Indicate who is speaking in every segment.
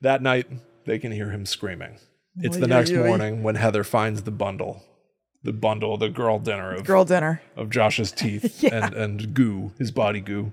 Speaker 1: That night, they can hear him screaming. It's
Speaker 2: Oy,
Speaker 1: the
Speaker 2: oy,
Speaker 1: next
Speaker 2: oy.
Speaker 1: morning when Heather finds the bundle. The bundle, the girl dinner of,
Speaker 2: Girl dinner.
Speaker 1: of Josh's teeth and, and goo, his body goo.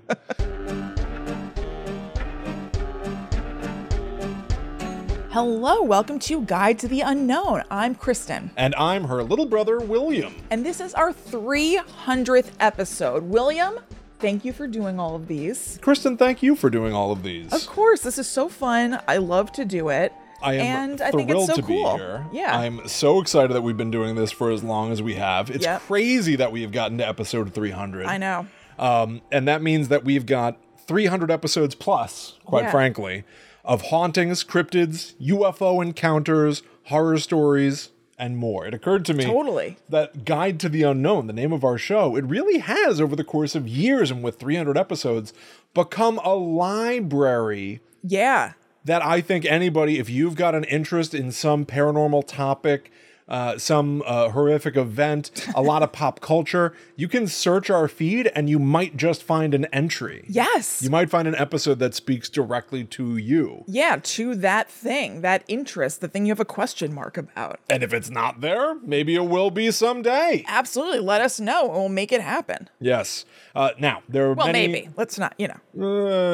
Speaker 2: Hello, welcome to Guide to the Unknown. I'm Kristen,
Speaker 1: And I'm her little brother, William.
Speaker 2: and this is our 300th episode. William, thank you for doing all of these.
Speaker 1: Kristen, thank you for doing all of these.
Speaker 2: Of course, this is so fun. I love to do it.
Speaker 1: I am
Speaker 2: and I
Speaker 1: thrilled
Speaker 2: think it's so
Speaker 1: to
Speaker 2: cool.
Speaker 1: be here.
Speaker 2: Yeah.
Speaker 1: I'm so excited that we've been doing this for as long as we have. It's
Speaker 2: Yep.
Speaker 1: crazy that we have gotten to episode 300.
Speaker 2: I know.
Speaker 1: Um, and that means that we've got 300 episodes plus, quite
Speaker 2: Yeah.
Speaker 1: frankly, of hauntings, cryptids, UFO encounters, horror stories, and more. It occurred to me
Speaker 2: Totally.
Speaker 1: that Guide to the Unknown, the name of our show, it really has, over the course of years and with 300 episodes, become a library
Speaker 2: Yeah.
Speaker 1: that I think anybody, if you've got an interest in some paranormal topic, uh, some uh, horrific event, a lot of pop culture, you can search our feed and you might just find an entry.
Speaker 2: Yes.
Speaker 1: You might find an episode that speaks directly to you.
Speaker 2: yeah, to that thing, that interest, the thing you have a question mark about.
Speaker 1: And if it's not there, maybe it will be someday.
Speaker 2: Absolutely. Let us know and we'll make it happen.
Speaker 1: Yes. Uh, now, there are
Speaker 2: Well,
Speaker 1: many.
Speaker 2: maybe. Let's not, you know.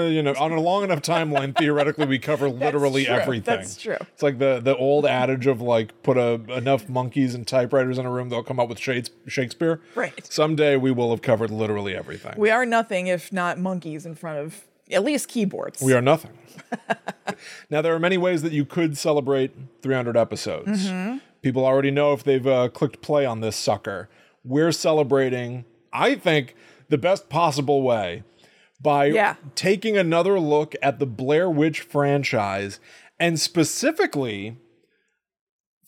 Speaker 1: Uh, you know, on a long enough timeline, theoretically, we cover literally
Speaker 2: true.
Speaker 1: everything.
Speaker 2: That's true.
Speaker 1: It's like the the old adage of like put a, enough monkeys and typewriters in a room, they'll come up with Shades- Shakespeare.
Speaker 2: Right.
Speaker 1: Someday we will have covered literally everything.
Speaker 2: We are nothing if not monkeys in front of at least keyboards.
Speaker 1: We are nothing. now, there are many ways that you could celebrate 300 episodes.
Speaker 2: Mm-hmm.
Speaker 1: People already know if they've uh, clicked play on this sucker. We're celebrating, I think, the best possible way by
Speaker 2: Yeah.
Speaker 1: taking another look at the Blair Witch franchise and specifically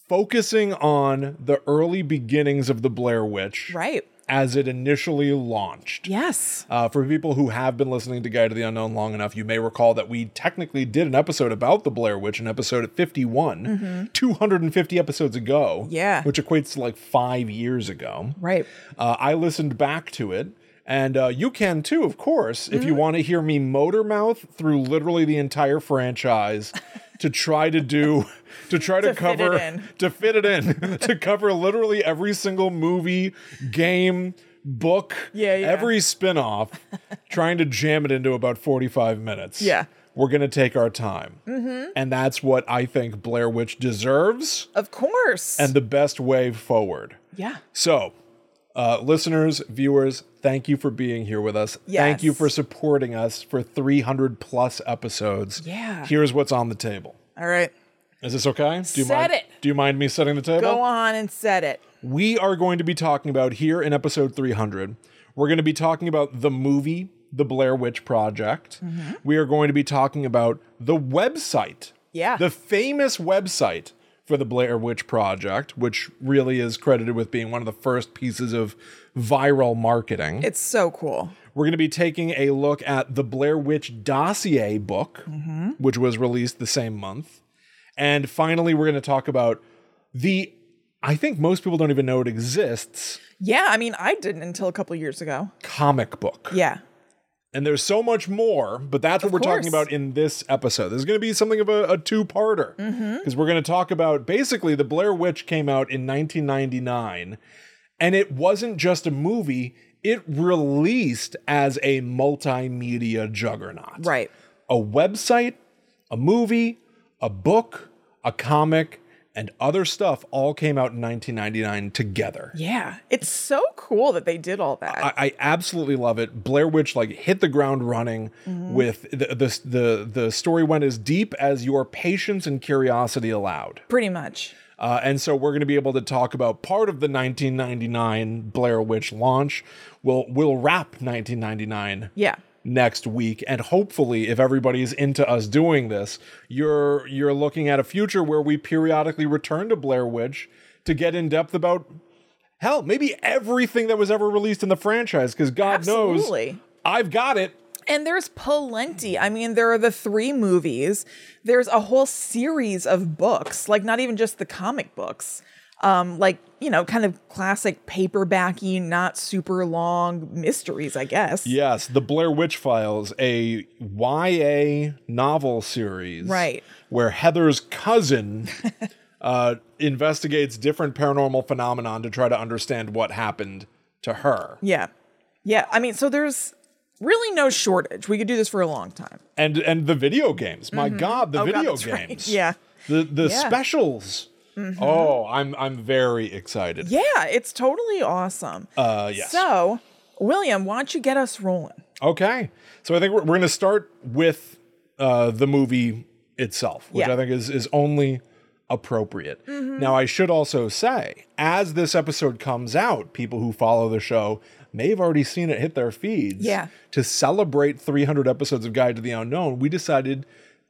Speaker 1: focusing on the early beginnings of the Blair Witch
Speaker 2: right.
Speaker 1: as it initially launched.
Speaker 2: Yes.
Speaker 1: Uh, for people who have been listening to Guide to the Unknown long enough, you may recall that we technically did an episode about the Blair Witch, an episode at 51, 250 episodes ago.
Speaker 2: Yeah.
Speaker 1: Which equates to like five years ago.
Speaker 2: Right.
Speaker 1: Uh, I listened back to it. And uh, you can too, of course, if
Speaker 2: Mm-hmm.
Speaker 1: you want to hear me motor mouth through literally the entire franchise to try to do, to try to,
Speaker 2: fit it
Speaker 1: cover,
Speaker 2: in.
Speaker 1: to fit it in, to cover literally every single movie, game, book,
Speaker 2: Yeah, yeah.
Speaker 1: every spin off, trying to jam it into about 45 minutes.
Speaker 2: Yeah. Mm-hmm.
Speaker 1: We're going to take our time. And that's what I think Blair Witch deserves
Speaker 2: Of course.
Speaker 1: and the best way forward.
Speaker 2: yeah.
Speaker 1: So, uh, listeners, viewers, thank you for being here with us. Thank
Speaker 2: Yes.
Speaker 1: you for supporting us for 300 plus episodes.
Speaker 2: Yeah.
Speaker 1: Here's what's on the table.
Speaker 2: All right.
Speaker 1: Is this okay? Do you
Speaker 2: Set
Speaker 1: mind,
Speaker 2: it.
Speaker 1: Do you mind me setting the table?
Speaker 2: Go on and set it.
Speaker 1: We are going to be talking about here in episode 300. We're going to be talking about the movie, The Blair Witch Project.
Speaker 2: Mm-hmm.
Speaker 1: We are going to be talking about the website.
Speaker 2: Yeah.
Speaker 1: The famous website for the Blair Witch Project, which really is credited with being one of the first pieces of viral marketing.
Speaker 2: It's so cool.
Speaker 1: We're going to be taking a look at the Blair Witch Dossier book, which was released the same month. And finally, we're going to talk about the, I think most people don't even know it exists,
Speaker 2: Yeah. I mean, I didn't until a couple years ago.
Speaker 1: comic book.
Speaker 2: Yeah.
Speaker 1: And there's so much more, but that's what we're
Speaker 2: course.
Speaker 1: talking about in this episode. There's going to be something of a, a two parter because
Speaker 2: Mm-hmm.
Speaker 1: we're going to talk about basically the Blair Witch came out in 1999, and it wasn't just a movie, it released as a multimedia juggernaut.
Speaker 2: Right.
Speaker 1: a website, a movie, a book, a comic, and other stuff all came out in 1999 together.
Speaker 2: Yeah. It's so cool that they did all that.
Speaker 1: I, I absolutely love it. Blair Witch like hit the ground running with the, the the the story went as deep as your patience and curiosity allowed,
Speaker 2: Pretty much.
Speaker 1: uh, and so we're going to be able to talk about part of the 1999 Blair Witch launch. We'll we'll wrap 1999
Speaker 2: Yeah.
Speaker 1: next week and hopefully if everybody's into us doing this you're you're looking at a future where we periodically return to blair witch to get in depth about hell maybe everything that was ever released in the franchise because god knows
Speaker 2: Absolutely.
Speaker 1: i've got it
Speaker 2: And there's plenty. I mean, there are the three movies. There's a whole series of books, like not even just the comic books. um, like you know, kind of classic paperbacky, not super long mysteries, I guess.
Speaker 1: Yes, The Blair Witch Files, a YA novel series.
Speaker 2: Right.
Speaker 1: Where Heather's cousin uh, investigates different paranormal phenomenon to try to understand what happened to her.
Speaker 2: Yeah. Yeah. I mean, so there's really no shortage. We could do this for a long time.
Speaker 1: And and the video games. My God, the
Speaker 2: Oh, God,
Speaker 1: video
Speaker 2: that's right.
Speaker 1: games.
Speaker 2: Yeah.
Speaker 1: The the
Speaker 2: Yeah. Mm-hmm.
Speaker 1: specials. Oh, I'm I'm very excited.
Speaker 2: Yeah. It's totally awesome.
Speaker 1: Uh yes.
Speaker 2: So, William, why don't you get us rolling?
Speaker 1: Okay. So I think we're, we're going to start with uh, the movie itself, which
Speaker 2: Yeah. Mm-hmm.
Speaker 1: I think is, is only appropriate. Now, I should also say, as this episode comes out, people who follow the show may have already seen it hit their feeds.
Speaker 2: Yeah.
Speaker 1: To celebrate 300 episodes of Guide to the Unknown, we decided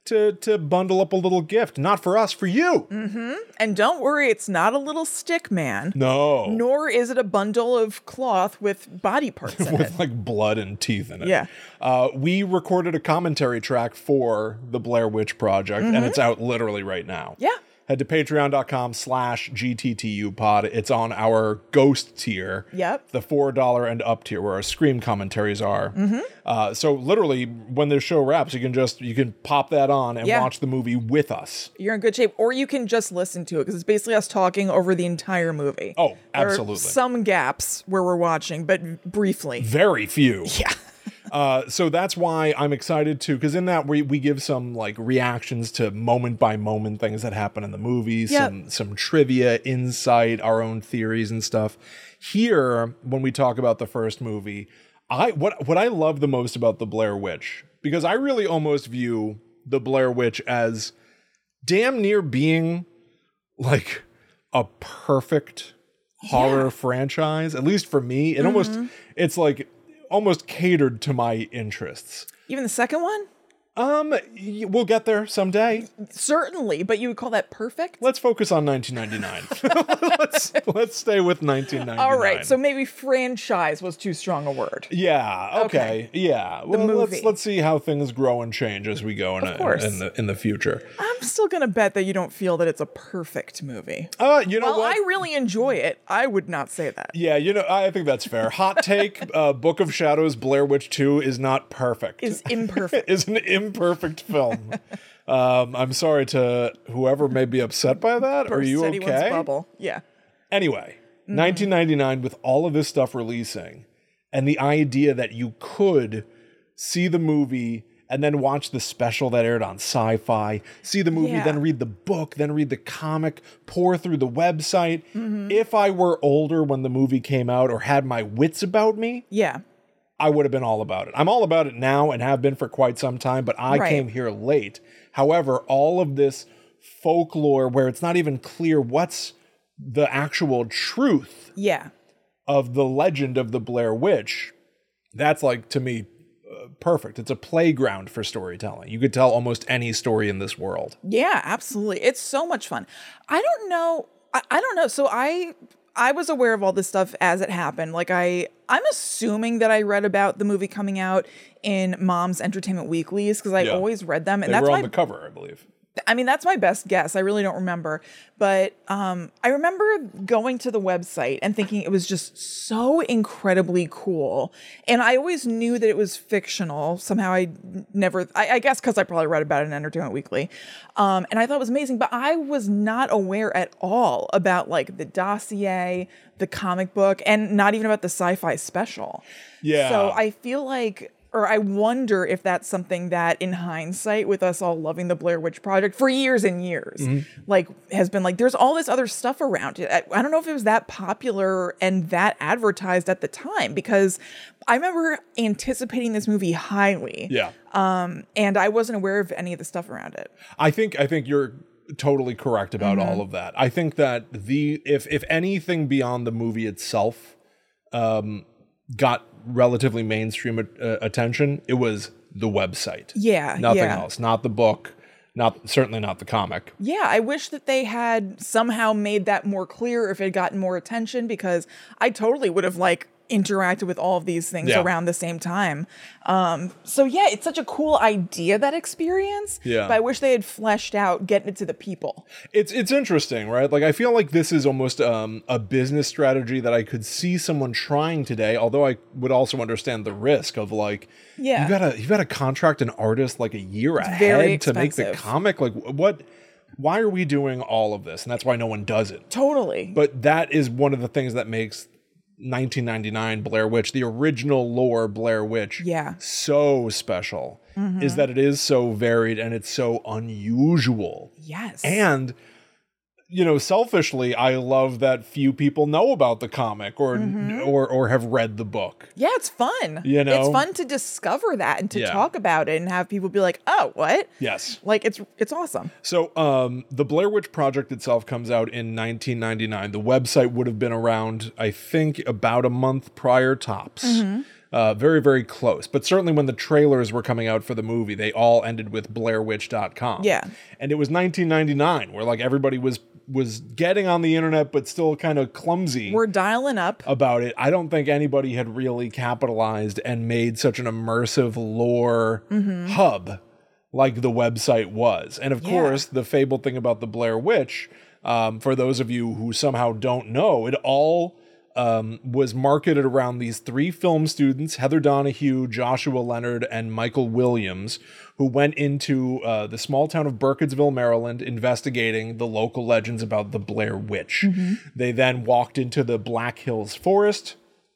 Speaker 1: to, to bundle up a little gift, not for us, for you.
Speaker 2: Mm. And don't worry, it's not a little stick man,
Speaker 1: No.
Speaker 2: nor is it a bundle of cloth with body parts in it.
Speaker 1: with like blood and teeth in it.
Speaker 2: Yeah.
Speaker 1: Uh, we recorded a commentary track for the Blair Witch Project, and it's out literally right now.
Speaker 2: Mm-hmm. Yeah.
Speaker 1: Head to patreon.com slash GTTU pod. It's on our ghost tier.
Speaker 2: Yep.
Speaker 1: The $4 and up tier where our scream commentaries are.
Speaker 2: Mm-hmm.
Speaker 1: Uh, so literally when this show wraps, you can just, you can pop that on and
Speaker 2: Yeah.
Speaker 1: watch the movie with us.
Speaker 2: You're in good shape, or you can just listen to it because it's basically us talking over the entire movie.
Speaker 1: Oh,
Speaker 2: There are
Speaker 1: absolutely.
Speaker 2: some gaps where we're watching, but briefly.
Speaker 1: Very few.
Speaker 2: Yeah.
Speaker 1: Uh, so that's why I'm excited too, because in that we we give some like reactions to moment by moment things that happen in the movie, some some trivia, insight, our own theories and stuff. Here, when we talk about the first movie, I what what I love the most about the Blair Witch, because I really almost view the Blair Witch as damn near being like a perfect horror franchise at least for me it almost
Speaker 2: Mm-hmm.
Speaker 1: it's like almost catered to my interests
Speaker 2: Even the second one?
Speaker 1: um y- we'll get there someday
Speaker 2: Certainly, but you would call that perfect?
Speaker 1: let's focus on 1999 let's let's stay with 1999
Speaker 2: All right, so maybe franchise was too strong a word.
Speaker 1: yeah okay, yeah well,
Speaker 2: movie.
Speaker 1: let's let's see how things grow and change as we go in, a,
Speaker 2: course.
Speaker 1: in the in the future
Speaker 2: I'm still going to bet that you don't feel that it's a perfect movie.
Speaker 1: uh you know
Speaker 2: While
Speaker 1: what
Speaker 2: I really enjoy it, I would not say that.
Speaker 1: yeah, you know, I think that's fair. Hot take: uh, Book of Shadows, Blair Witch Two is not perfect.
Speaker 2: Is imperfect.
Speaker 1: is an imperfect film. um, I'm sorry to whoever may be upset by that. Are you
Speaker 2: Said he wants
Speaker 1: okay?
Speaker 2: Bubble. Yeah.
Speaker 1: Anyway, 1999 with all of this stuff releasing and the idea that you could see the movie and then watch the special that aired on sci-fi, see the movie,
Speaker 2: Yeah.
Speaker 1: then read the book, then read the comic, pour through the website.
Speaker 2: Mm-hmm.
Speaker 1: If I were older when the movie came out or had my wits about me,
Speaker 2: Yeah.
Speaker 1: I would have been all about it. I'm all about it now and have been for quite some time, but I
Speaker 2: Right.
Speaker 1: came here late. However, all of this folklore where it's not even clear what's the actual truth
Speaker 2: Yeah.
Speaker 1: of the legend of the Blair Witch, that's like to me uh, perfect. It's a playground for storytelling. You could tell almost any story in this world.
Speaker 2: Yeah, absolutely. It's so much fun. I don't know. I, I don't know. So I I was aware of all this stuff as it happened. Like I I'm assuming that I read about the movie coming out in Mom's Entertainment Weeklies because I
Speaker 1: Yeah.
Speaker 2: always read them, and
Speaker 1: They
Speaker 2: that's
Speaker 1: were on
Speaker 2: my
Speaker 1: the cover, I believe.
Speaker 2: I mean, that's my best guess. I really don't remember. But um, I remember going to the website and thinking it was just so incredibly cool. And I always knew that it was fictional. Somehow I never, I, I guess because I probably read about it in Entertainment Weekly. Um, and I thought it was amazing. But I was not aware at all about like the dossier, the comic book, and not even about the sci fi special.
Speaker 1: Yeah.
Speaker 2: So I feel like, or I wonder if that's something that, in hindsight, with us all loving the Blair Witch Project for years and years, like has been like, there's all this other stuff around it. I, I don't know if it was that popular and that advertised at the time because I remember anticipating this movie highly.
Speaker 1: Yeah.
Speaker 2: And I wasn't aware of any of the stuff around it.
Speaker 1: I think I think you're totally correct about
Speaker 2: Mm-hmm.
Speaker 1: all of that. I think that the if if anything beyond the movie itself um got relatively mainstream at- uh, attention, it was the website.
Speaker 2: Yeah.
Speaker 1: Nothing
Speaker 2: yeah.
Speaker 1: else, not the book, not certainly not the comic.
Speaker 2: Yeah, I wish that they had somehow made that more clear if it had gotten more attention because I totally would have like interacted with all of these things
Speaker 1: Yeah.
Speaker 2: around the same time. Um, so yeah, it's such a cool idea that experience.
Speaker 1: Yeah.
Speaker 2: But I wish they had fleshed out getting it to the people.
Speaker 1: It's it's interesting, right? Like I feel like this is almost um, a business strategy that I could see someone trying today. Although I would also understand the risk of like,
Speaker 2: Yeah.
Speaker 1: you gotta you gotta contract an artist like a year
Speaker 2: very
Speaker 1: ahead to make the
Speaker 2: expensive.
Speaker 1: comic. Like wh- what? Why are we doing all of this? And that's why no one does it.
Speaker 2: Totally.
Speaker 1: But that is one of the things that makes 1999 Blair Witch, the original lore Blair Witch,
Speaker 2: Yeah. Mm-hmm.
Speaker 1: so special. Is that it is so varied and it's so unusual.
Speaker 2: yes.
Speaker 1: And you know, selfishly, I love that few people know about the comic or or or have read the book.
Speaker 2: yeah, it's fun.
Speaker 1: You
Speaker 2: it's
Speaker 1: know?
Speaker 2: fun to discover that and to
Speaker 1: Yeah.
Speaker 2: talk about it and have people be like, "Oh, what?"
Speaker 1: Yes.
Speaker 2: Like it's it's awesome.
Speaker 1: So, um, the Blair Witch Project itself comes out in 1999. The website would have been around, I think, about a month prior tops. Uh, very, very close. But certainly when the trailers were coming out for the movie, they all ended with BlairWitch.com.
Speaker 2: Yeah.
Speaker 1: And it was 1999, where like everybody was was getting on the internet, but still kind of clumsy.
Speaker 2: We're dialing up.
Speaker 1: about it. I don't think anybody had really capitalized and made such an immersive lore hub like the website was. And of
Speaker 2: Yeah.
Speaker 1: course, the fabled thing about the Blair Witch, um, for those of you who somehow don't know, it all um, was marketed around these three film students Heather Donahue, Joshua Leonard, and Michael Williams, who went into uh, the small town of Burkittsville, Maryland, investigating the local legends about the Blair Witch. They then walked into the Black Hills Forest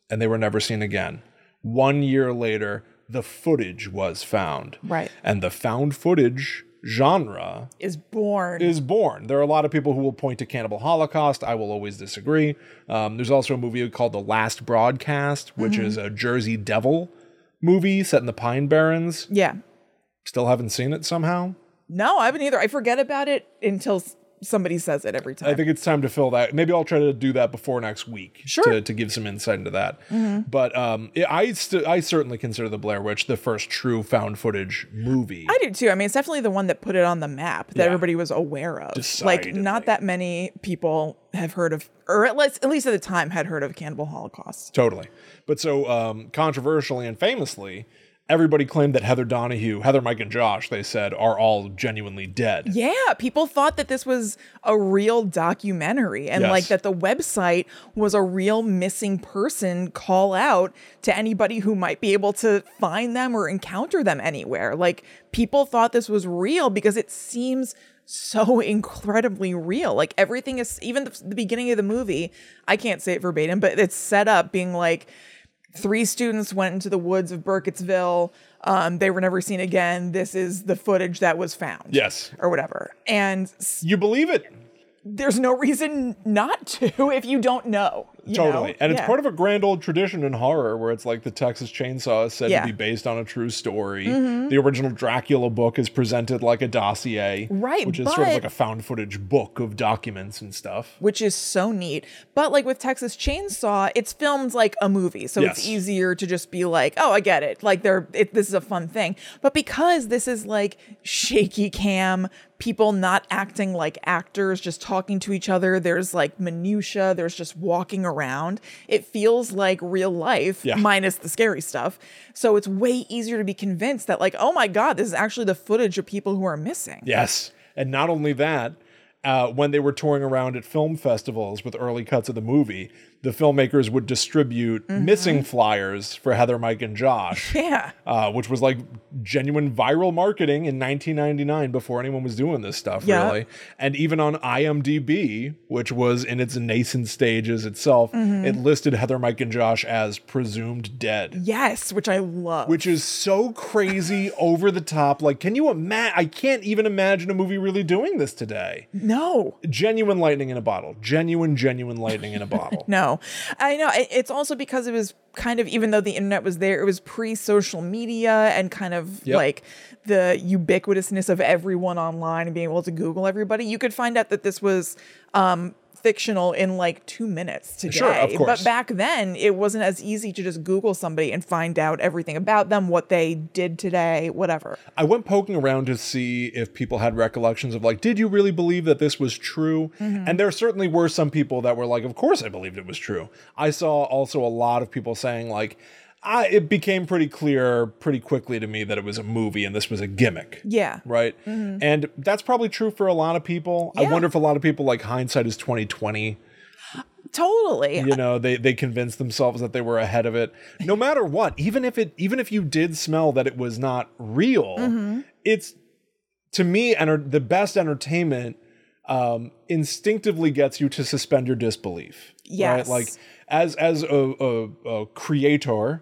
Speaker 1: and they were never seen again. One year later, the footage was found.
Speaker 2: Right.
Speaker 1: And the found footage genre
Speaker 2: is born.
Speaker 1: is born. There are a lot of people who will point to Cannibal Holocaust. I will always disagree. Um, there's also a movie called The Last Broadcast, which is a Jersey Devil movie set in the Pine Barrens.
Speaker 2: yeah.
Speaker 1: Still haven't seen it somehow.
Speaker 2: No, I haven't either. I forget about it until s- somebody says it every time.
Speaker 1: I think it's time to fill that. Maybe I'll try to do that before next week.
Speaker 2: Sure. Mm-hmm.
Speaker 1: To, to give some insight into that. But um, it- I st- I certainly consider The Blair Witch the first true found footage movie.
Speaker 2: I do too. I mean, it's definitely the one that put it on the map that
Speaker 1: Yeah.
Speaker 2: everybody was aware of. Like,
Speaker 1: Decidedly.
Speaker 2: not that many people have heard of, or at least, at least at the time, had heard of Cannibal Holocaust.
Speaker 1: Totally. But so um, controversially and famously, everybody claimed that Heather Donahue, Heather, Mike, and Josh, they said, are all genuinely dead.
Speaker 2: Yeah, people thought that this was a real documentary and
Speaker 1: Yes.
Speaker 2: like that the website was a real missing person call out to anybody who might be able to find them or encounter them anywhere. Like people thought this was real because it seems so incredibly real. Like everything is even the, the beginning of the movie, I can't say it verbatim, but it's set up being like three students went into the woods of Burkittsville. Um, they were never seen again. This is the footage that was found
Speaker 1: Yes.
Speaker 2: or whatever. And s-
Speaker 1: You believe it.
Speaker 2: there's no reason not to if you don't know. you
Speaker 1: Totally.
Speaker 2: know?
Speaker 1: And
Speaker 2: Yeah.
Speaker 1: it's part of a grand old tradition in horror where it's like the Texas Chainsaw is said
Speaker 2: Yeah. Mm-hmm.
Speaker 1: to be based on a true story. The original Dracula book is presented like a dossier.
Speaker 2: Right,
Speaker 1: Which is sort of
Speaker 2: but-
Speaker 1: like a found footage book of documents and stuff.
Speaker 2: which is so neat. But like with Texas Chainsaw, it's filmed like a movie, so
Speaker 1: Yes.
Speaker 2: it's easier to just be like, "Oh, I get it." Like they're it, this is a fun thing. But because this is like shaky cam, people not acting like actors, just talking to each other. There's like minutia. There's just walking around. It feels like real life,
Speaker 1: Yeah.
Speaker 2: minus the scary stuff. So it's way easier to be convinced that like, "Oh my god, this is actually the footage of people who are missing."
Speaker 1: Yes. And not only that, uh, when they were touring around at film festivals with early cuts of the movie, the filmmakers would distribute
Speaker 2: Mm-hmm.
Speaker 1: missing flyers for Heather, Mike, and Josh,
Speaker 2: Yeah.
Speaker 1: uh, which was like genuine viral marketing in 1999 before anyone was doing this stuff,
Speaker 2: Yeah.
Speaker 1: really. And even on IMDb, which was in its nascent stages itself, it listed Heather, Mike, and Josh as presumed dead
Speaker 2: Yes, which I love.
Speaker 1: which is so crazy over the top. Like, can you imagine? I can't even imagine a movie really doing this today.
Speaker 2: no.
Speaker 1: Genuine lightning in a bottle. Genuine, genuine lightning in a bottle.
Speaker 2: No, I know. I- It's also because it was kind of, even though the internet was there, it was pre social media and kind of
Speaker 1: Yep.
Speaker 2: like the ubiquitousness of everyone online and being able to Google everybody. You could find out that this was um, fictional in like two minutes today.
Speaker 1: Sure, of course.
Speaker 2: But back then, it wasn't as easy to just Google somebody and find out everything about them, what they did today, whatever.
Speaker 1: I went poking around to see if people had recollections of like, did you really believe that this was true? And there certainly were some people that were like, of course I believed it was true. I saw also a lot of people saying like, I, it became pretty clear pretty quickly to me that it was a movie and this was a gimmick.
Speaker 2: Yeah.
Speaker 1: Right. And that's probably true for a lot of people. I
Speaker 2: Yeah.
Speaker 1: wonder if a lot of people like hindsight is 2020
Speaker 2: Totally.
Speaker 1: you know they they convinced themselves that they were ahead of it no matter what even if it even if you did smell that it was not real it's to me enter- the best entertainment um instinctively gets you to suspend your disbelief
Speaker 2: Yes.
Speaker 1: like as as a, a, a creator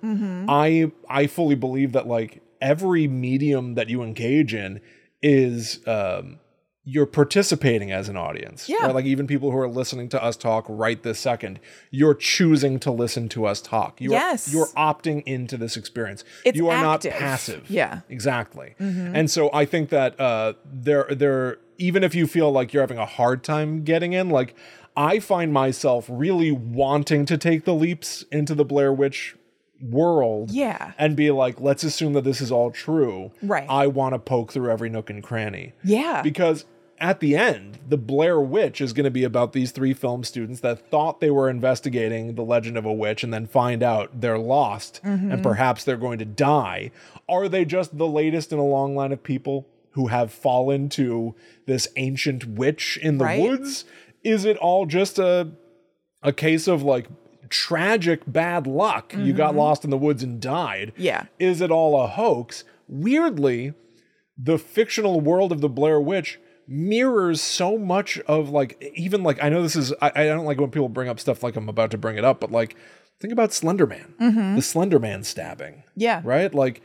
Speaker 1: i i fully believe that like every medium that you engage in is um you're participating as an audience.
Speaker 2: Yeah.
Speaker 1: right? Like even people who are listening to us talk right this second, you're choosing to listen to us talk. You're,
Speaker 2: Yes.
Speaker 1: You're opting into this experience.
Speaker 2: It's
Speaker 1: you are
Speaker 2: active.
Speaker 1: not passive.
Speaker 2: Yeah. Mm-hmm.
Speaker 1: Exactly. And so I think that uh, there, there, even if you feel like you're having a hard time getting in, like I find myself really wanting to take the leaps into the Blair Witch world
Speaker 2: Yeah.
Speaker 1: and be like let's assume that this is all true
Speaker 2: Right.
Speaker 1: i want to poke through every nook and cranny
Speaker 2: Yeah.
Speaker 1: because at the end, the Blair Witch is going to be about these three film students that thought they were investigating the legend of a witch and then find out they're lost
Speaker 2: Mm-hmm.
Speaker 1: and perhaps they're going to die. Are they just the latest in a long line of people who have fallen to this ancient witch in the
Speaker 2: Right.
Speaker 1: woods? Is it all just a a case of like tragic bad luck? You got lost in the woods and died.
Speaker 2: Mm-hmm. Yeah.
Speaker 1: Is it all a hoax? Weirdly, the fictional world of the Blair Witch mirrors so much of like even like I know this is I, I don't like when people bring up stuff like I'm about to bring it up, but like think about Slender Man, the Slender Man stabbing,
Speaker 2: Mm-hmm. yeah.
Speaker 1: right? Like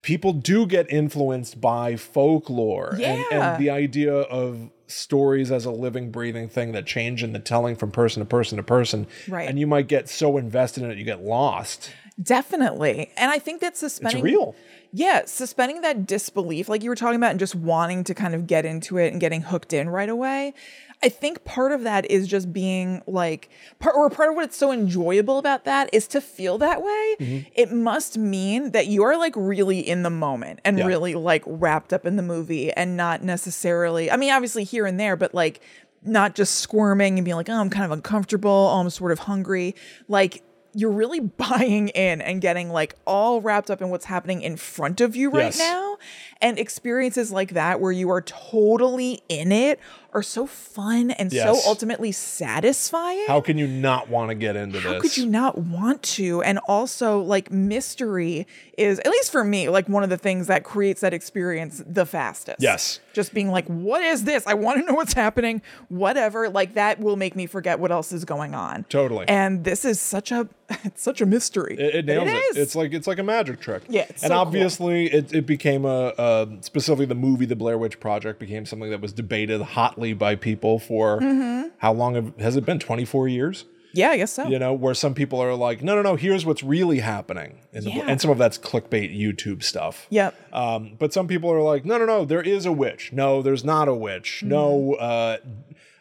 Speaker 1: people do get influenced by folklore and,
Speaker 2: Yeah.
Speaker 1: and the idea of stories as a living breathing thing that change in the telling from person to person to person
Speaker 2: Right.
Speaker 1: and you might get so invested in it you get lost
Speaker 2: Definitely. And I think that
Speaker 1: it's
Speaker 2: suspending
Speaker 1: real
Speaker 2: Yeah, suspending that disbelief, like you were talking about, and just wanting to kind of get into it and getting hooked in right away. I think part of that is just being like, part, or part of what's so enjoyable about that is to feel that way. It must mean that you're like really in the moment and
Speaker 1: Yeah.
Speaker 2: really like wrapped up in the movie and not necessarily, I mean, obviously here and there, but like not just squirming and being like, oh, I'm kind of uncomfortable. Oh, I'm sort of hungry. Like, you're really buying in and getting like all wrapped up in what's happening in front of you right
Speaker 1: Yes.
Speaker 2: now. And experiences like that where you are totally in it are so fun and
Speaker 1: Yes.
Speaker 2: so ultimately satisfying.
Speaker 1: how can you not want to get into this
Speaker 2: How could you not want to? And also, like, mystery is, at least for me, like one of the things that creates that experience the fastest.
Speaker 1: Yes.
Speaker 2: Just being like, what is this? I want to know what's happening, whatever. Like, that will make me forget what else is going on.
Speaker 1: Totally.
Speaker 2: And this is such a, it's such a mystery.
Speaker 1: It, it nails it,
Speaker 2: is.
Speaker 1: It's like it's like a magic trick.
Speaker 2: Yeah, it's
Speaker 1: and
Speaker 2: so cool.
Speaker 1: obviously it, it became a, a specifically the movie The Blair Witch Project became something that was debated hotly by people for
Speaker 2: Mm-hmm.
Speaker 1: how long have, has it been? Twenty four years.
Speaker 2: yeah, I guess so.
Speaker 1: You know, where some people are like, no, no, no. Here's what's really happening, in the,
Speaker 2: Yeah.
Speaker 1: and some of that's clickbait YouTube stuff.
Speaker 2: Yep.
Speaker 1: Um, but some people are like, no, no, no, there is a witch. No, there's not a witch.
Speaker 2: Mm-hmm.
Speaker 1: No, uh,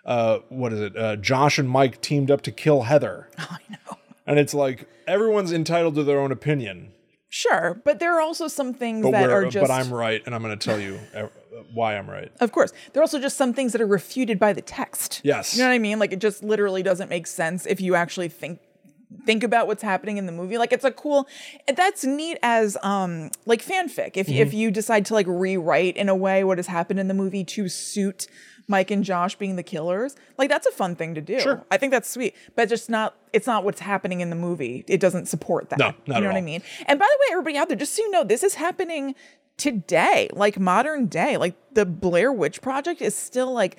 Speaker 1: uh, what is it? Uh, Josh and Mike teamed up to kill Heather.
Speaker 2: I know.
Speaker 1: And it's like, everyone's entitled to their own opinion.
Speaker 2: Sure. But there are also some things
Speaker 1: But,
Speaker 2: that
Speaker 1: we're-
Speaker 2: are just.
Speaker 1: but I'm right, and I'm going to tell you uh, why I'm right.
Speaker 2: Of course. There are also just some things that are refuted by the text.
Speaker 1: Yes.
Speaker 2: You know what I mean? Like it just literally doesn't make sense if you actually think think about what's happening in the movie. Like it's a cool that's neat as um like fanfic. If
Speaker 1: Mm-hmm.
Speaker 2: if you decide to like rewrite in a way what has happened in the movie to suit Mike and Josh being the killers, like that's a fun thing to do.
Speaker 1: Sure.
Speaker 2: I think that's sweet. But just not it's not what's happening in the movie. It doesn't support that.
Speaker 1: No, not
Speaker 2: you
Speaker 1: at
Speaker 2: know what I
Speaker 1: all.
Speaker 2: mean? And by the way, everybody out there, just so you know, this is happening today, like modern day. Like the Blair Witch Project is still like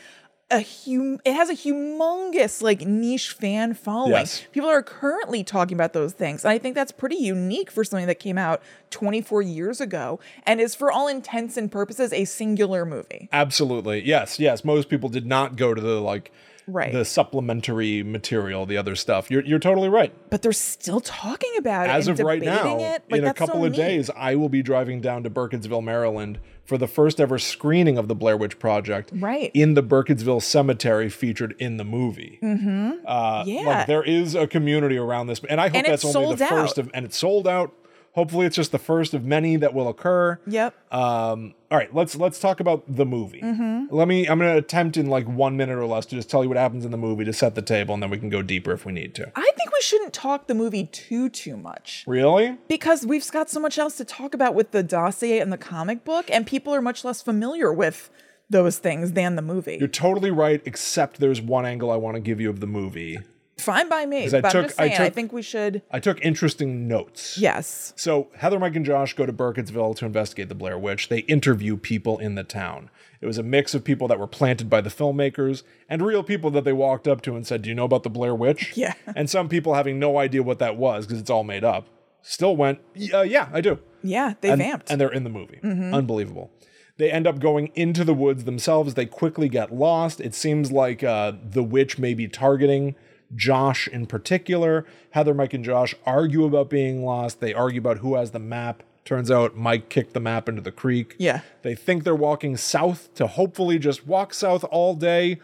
Speaker 2: a hum it has a humongous like niche fan following.
Speaker 1: Yes.
Speaker 2: People are currently talking about those things. And I think that's pretty unique for something that came out 24 years ago and is for all intents and purposes a singular movie.
Speaker 1: Absolutely. Yes, yes. Most people did not go to the like
Speaker 2: Right.
Speaker 1: the supplementary material, the other stuff. You're you're totally right.
Speaker 2: But they're still talking about it.
Speaker 1: As
Speaker 2: and
Speaker 1: of right
Speaker 2: debating
Speaker 1: now,
Speaker 2: it.
Speaker 1: in
Speaker 2: Like,
Speaker 1: a
Speaker 2: that's so
Speaker 1: couple of
Speaker 2: neat.
Speaker 1: days, I will be driving down to Burkittsville, Maryland for the first ever screening of the Blair Witch Project
Speaker 2: Right.
Speaker 1: in the Burkittsville Cemetery featured in the movie. Uh,
Speaker 2: Mm-hmm. Yeah.
Speaker 1: Like there is a community around this, and I hope
Speaker 2: And
Speaker 1: that's
Speaker 2: it's
Speaker 1: only the
Speaker 2: sold
Speaker 1: first
Speaker 2: out.
Speaker 1: of, and it's sold out. Hopefully, it's just the first of many that will occur.
Speaker 2: Yep.
Speaker 1: Um, all right, let's let's talk about the movie. Let me. I'm going to attempt in like one minute or less to just tell you what happens in the movie to set the table, and then we can go deeper if we need to.
Speaker 2: I think we shouldn't talk the movie too too much
Speaker 1: Really?
Speaker 2: because we've got so much else to talk about with the dossier and the comic book, and people are much less familiar with those things than the movie.
Speaker 1: You're totally right, except there's one angle I want to give you of the movie.
Speaker 2: Fine by me,
Speaker 1: I
Speaker 2: but I'm
Speaker 1: took-
Speaker 2: just
Speaker 1: I
Speaker 2: saying. I,
Speaker 1: took-
Speaker 2: think we should.
Speaker 1: I took interesting notes.
Speaker 2: Yes.
Speaker 1: So Heather, Mike, and Josh go to Burkittsville to investigate the Blair Witch. They interview people in the town. It was a mix of people that were planted by the filmmakers and real people that they walked up to and said, Do you know about the Blair Witch?
Speaker 2: Yeah.
Speaker 1: And some people having no idea what that was because it's all made up still went, "Y- uh, Yeah, I do.
Speaker 2: Yeah, they
Speaker 1: And-
Speaker 2: vamped. Mm-hmm.
Speaker 1: And they're in the movie. Unbelievable. They end up going into the woods themselves. They quickly get lost. It seems like uh, the witch may be targeting Josh in particular. Heather, Mike, and Josh argue about being lost. They argue about who has the map. Turns out Mike kicked the map into the creek.
Speaker 2: Yeah.
Speaker 1: They think they're walking south to hopefully just walk south all day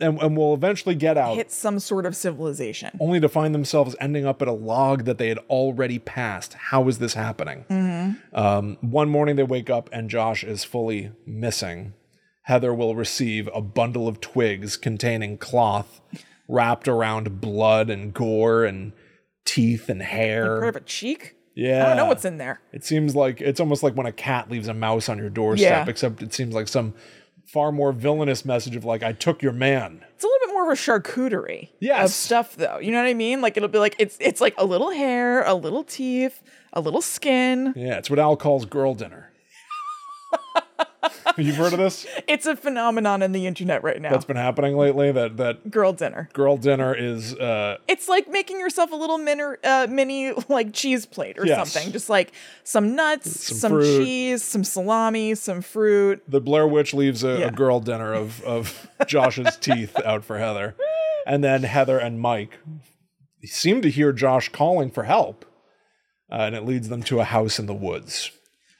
Speaker 1: and, and will eventually get out
Speaker 2: Hit some sort of civilization.
Speaker 1: only to find themselves ending up at a log that they had already passed. How is this happening?
Speaker 2: Mm-hmm.
Speaker 1: Um, one morning they wake up and Josh is fully missing. Heather will receive a bundle of twigs containing cloth wrapped around blood and gore and teeth and hair.
Speaker 2: Part of a cheek.
Speaker 1: yeah.
Speaker 2: I don't know what's in there.
Speaker 1: It seems like it's almost like when a cat leaves a mouse on your doorstep,
Speaker 2: Yeah.
Speaker 1: except it seems like some far more villainous message of like, I took your man.
Speaker 2: It's a little bit more of a charcuterie
Speaker 1: Yes.
Speaker 2: of stuff, though. You know what I mean? Like it'll be like it's it's like a little hair, a little teeth, a little skin.
Speaker 1: Yeah, it's what Al calls girl dinner. You've heard of this?
Speaker 2: It's a phenomenon in the internet right now.
Speaker 1: That's been happening lately. That that
Speaker 2: Girl dinner.
Speaker 1: girl dinner is uh,
Speaker 2: It's like making yourself a little mini, uh, mini like cheese plate or
Speaker 1: Yes.
Speaker 2: something. Just like some nuts,
Speaker 1: Some
Speaker 2: some,
Speaker 1: fruit.
Speaker 2: cheese, some salami, some fruit.
Speaker 1: the Blair Witch leaves a,
Speaker 2: Yeah.
Speaker 1: a girl dinner of of Josh's teeth out for Heather, and then Heather and Mike seem to hear Josh calling for help, uh, and it leads them to a house in the woods.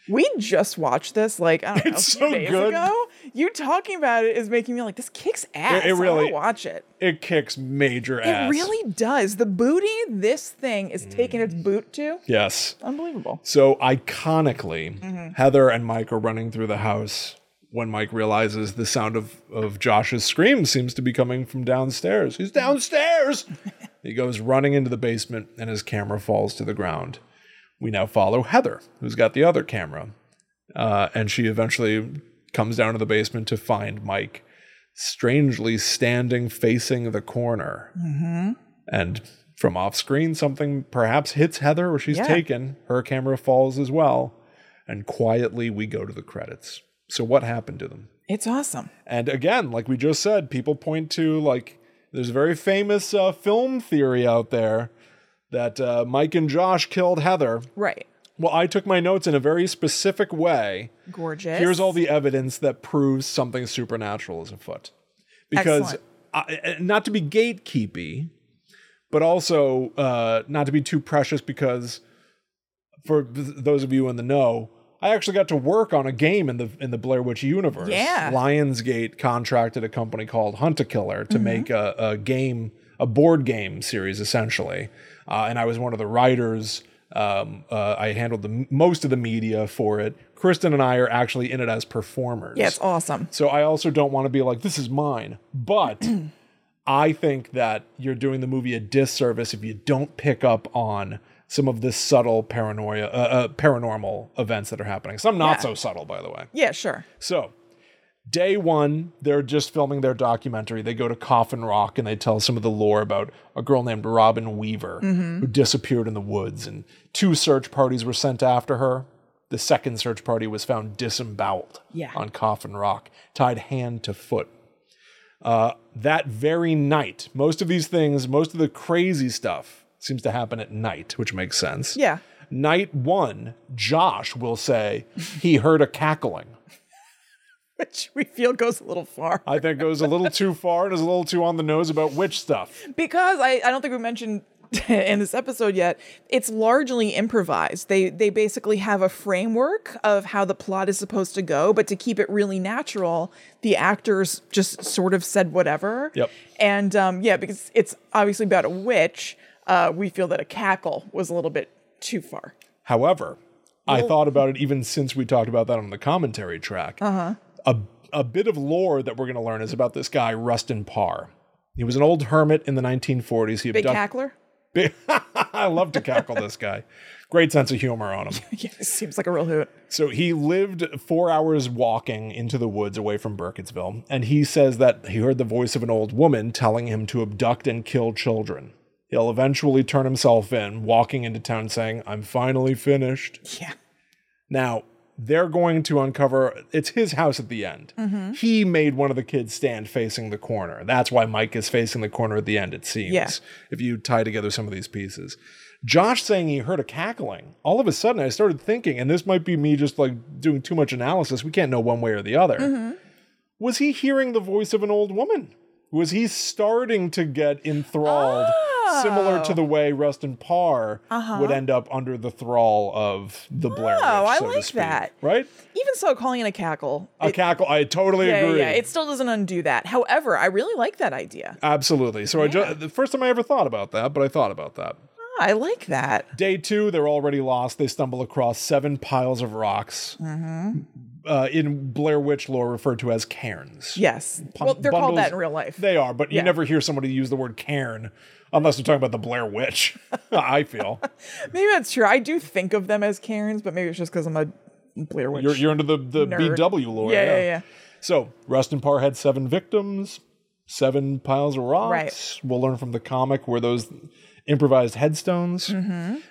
Speaker 2: We just watched this like I don't know,
Speaker 1: It's
Speaker 2: a few
Speaker 1: so
Speaker 2: days
Speaker 1: good.
Speaker 2: ago. You talking about it is making me like this kicks ass.
Speaker 1: it
Speaker 2: I wanna
Speaker 1: really-
Speaker 2: watch it.
Speaker 1: It kicks major
Speaker 2: It
Speaker 1: ass.
Speaker 2: really does. The booty this thing is taking
Speaker 1: Mm.
Speaker 2: its boot to.
Speaker 1: Yes.
Speaker 2: Unbelievable.
Speaker 1: So iconically, Heather and Mike are running through the house when Mike realizes the sound of, of Josh's scream seems to be coming from downstairs. He's downstairs. he goes running into the basement and his camera falls to the ground. We now follow Heather, who's got the other camera. Uh, and she eventually comes down to the basement to find Mike strangely standing facing the corner. And from off screen, something perhaps hits Heather or she's
Speaker 2: Yeah.
Speaker 1: taken. Her camera falls as well. And quietly, we go to the credits. So, what happened to them?
Speaker 2: It's awesome.
Speaker 1: And again, like we just said, people point to like there's a very famous uh, film theory out there that uh, Mike and Josh killed Heather.
Speaker 2: Right.
Speaker 1: Well, I took my notes in a very specific way.
Speaker 2: Gorgeous.
Speaker 1: Here's all the evidence that proves something supernatural is afoot. Because
Speaker 2: Excellent.
Speaker 1: I, eh, not to be gatekeepy, but also uh, not to be too precious. Because for th- those of you in the know, I actually got to work on a game in the in the Blair Witch universe.
Speaker 2: Yeah.
Speaker 1: Lionsgate contracted a company called Hunt a Killer
Speaker 2: Mm-hmm.
Speaker 1: to make a, a game, a board game series, essentially. Uh, and I was one of the writers. Um, uh, I handled the most of the media for it. Kristen and I are actually in it as performers.
Speaker 2: Yeah, it's awesome.
Speaker 1: So I also don't want to be like, this is mine. But I think that you're doing the movie a disservice if you don't pick up on some of the subtle paranoia, uh, uh, paranormal events that are happening. Some not
Speaker 2: Yeah.
Speaker 1: so subtle, by the way.
Speaker 2: Yeah, sure.
Speaker 1: So, day one, they're just filming their documentary. They go to Coffin Rock and they tell some of the lore about a girl named Robin Weaver
Speaker 2: Mm-hmm.
Speaker 1: who disappeared in the woods, and two search parties were sent after her. The second search party was found disemboweled
Speaker 2: Yeah.
Speaker 1: on Coffin Rock, tied hand to foot. Uh, that very night, most of these things, most of the crazy stuff seems to happen at night, which makes sense.
Speaker 2: Yeah.
Speaker 1: Night one, Josh will say he heard a cackling.
Speaker 2: Which we feel goes a little far.
Speaker 1: I think goes a little too far and is a little too on the nose about witch stuff.
Speaker 2: Because I, I don't think we mentioned in this episode yet, it's largely improvised. They they basically have a framework of how the plot is supposed to go, but to keep it really natural, the actors just sort of said whatever.
Speaker 1: Yep.
Speaker 2: And um, yeah, because it's obviously about a witch, uh, we feel that a cackle was a little bit too far.
Speaker 1: However, I thought about it even since we talked about that on the commentary track. Uh-huh. A, a bit of lore that we're going to learn is about this guy, Rustin Parr. He was an old hermit in the 1940s. He
Speaker 2: Big
Speaker 1: abducted-
Speaker 2: cackler.
Speaker 1: I love to cackle this guy. Great sense of humor on him.
Speaker 2: Yeah, seems like a real hoot.
Speaker 1: So he lived four hours walking into the woods away from Burkittsville, and he says that he heard the voice of an old woman telling him to abduct and kill children. He'll eventually turn himself in, walking into town saying, I'm finally finished.
Speaker 2: Yeah.
Speaker 1: Now, they're going to uncover it's his house at the end. He made one of the kids stand facing the corner. That's why Mike is facing the corner at the end, it seems.
Speaker 2: Yeah.
Speaker 1: If you tie together some of these pieces. Josh saying he heard a cackling. All of a sudden, I started thinking, and this might be me just like doing too much analysis. We can't know one way or the other. Was he hearing the voice of an old woman? Was he starting to get enthralled, similar
Speaker 2: Oh.
Speaker 1: to the way Rustin Parr would end up under the thrall of the Blair Witch?
Speaker 2: Uh-huh. Oh, I
Speaker 1: so to
Speaker 2: like
Speaker 1: speak,
Speaker 2: that.
Speaker 1: Right?
Speaker 2: Even so, calling it a cackle.
Speaker 1: A cackle. I totally
Speaker 2: yeah, yeah,
Speaker 1: agree.
Speaker 2: yeah. It still doesn't undo that. However, I really like that idea.
Speaker 1: Absolutely. So I just the first time I ever thought about that, but I thought about that.
Speaker 2: Ah, I like that.
Speaker 1: Day two, they're already lost. They stumble across seven piles of rocks,
Speaker 2: Mm-hmm.
Speaker 1: uh, in Blair Witch lore referred to as cairns.
Speaker 2: Yes.
Speaker 1: Pun-
Speaker 2: well, they're called
Speaker 1: bundles-
Speaker 2: that in real life.
Speaker 1: They are, but you
Speaker 2: Yeah.
Speaker 1: never hear somebody use the word cairn unless they're talking about the Blair Witch. I feel
Speaker 2: maybe that's true. I do think of them as Karens, but maybe it's just because I'm a Blair Witch.
Speaker 1: you're you're into the the
Speaker 2: Nerd.
Speaker 1: BW lore.
Speaker 2: yeah, yeah, yeah,
Speaker 1: So Rustin Parr had seven victims, seven piles of rocks. We'll learn from the comic where those improvised headstones.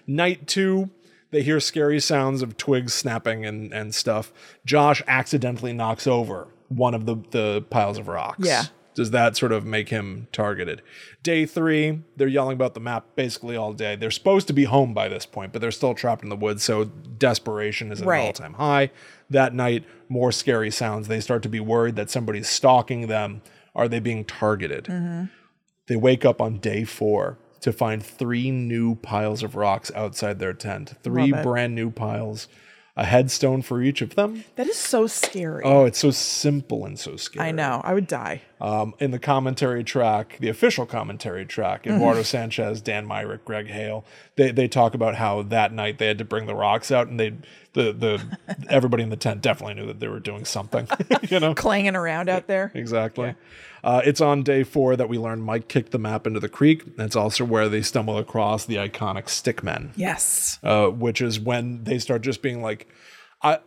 Speaker 1: Night two, they hear scary sounds of twigs snapping and, and stuff. Josh accidentally knocks over one of the, the piles of rocks.
Speaker 2: Yeah.
Speaker 1: Does that sort of make him targeted? Day three, they're yelling about the map basically all day. They're supposed to be home by this point, but they're still trapped in the woods, so desperation is at an
Speaker 2: Right.
Speaker 1: all time high. That night, more scary sounds. They start to be worried that somebody's stalking them. Are they being targeted?
Speaker 2: Mm-hmm.
Speaker 1: They wake up on day four to find three new piles of rocks outside their tent. Three
Speaker 2: Love it.
Speaker 1: brand new piles, a headstone for each of them.
Speaker 2: That is so scary.
Speaker 1: Oh, it's so simple and so scary.
Speaker 2: I know. I would die.
Speaker 1: Um, in the commentary track, the official commentary track, Eduardo Sanchez, Dan Myrick, Greg Hale, they they talk about how that night they had to bring the rocks out, and they the the everybody in the tent definitely knew that they were doing something. you know,
Speaker 2: Clanging around out there.
Speaker 1: Exactly. Uh, it's on day four that we learn Mike kicked the map into the creek. That's also where they stumble across the iconic Stickmen,
Speaker 2: Yes.
Speaker 1: uh, which is when they start just being like, I,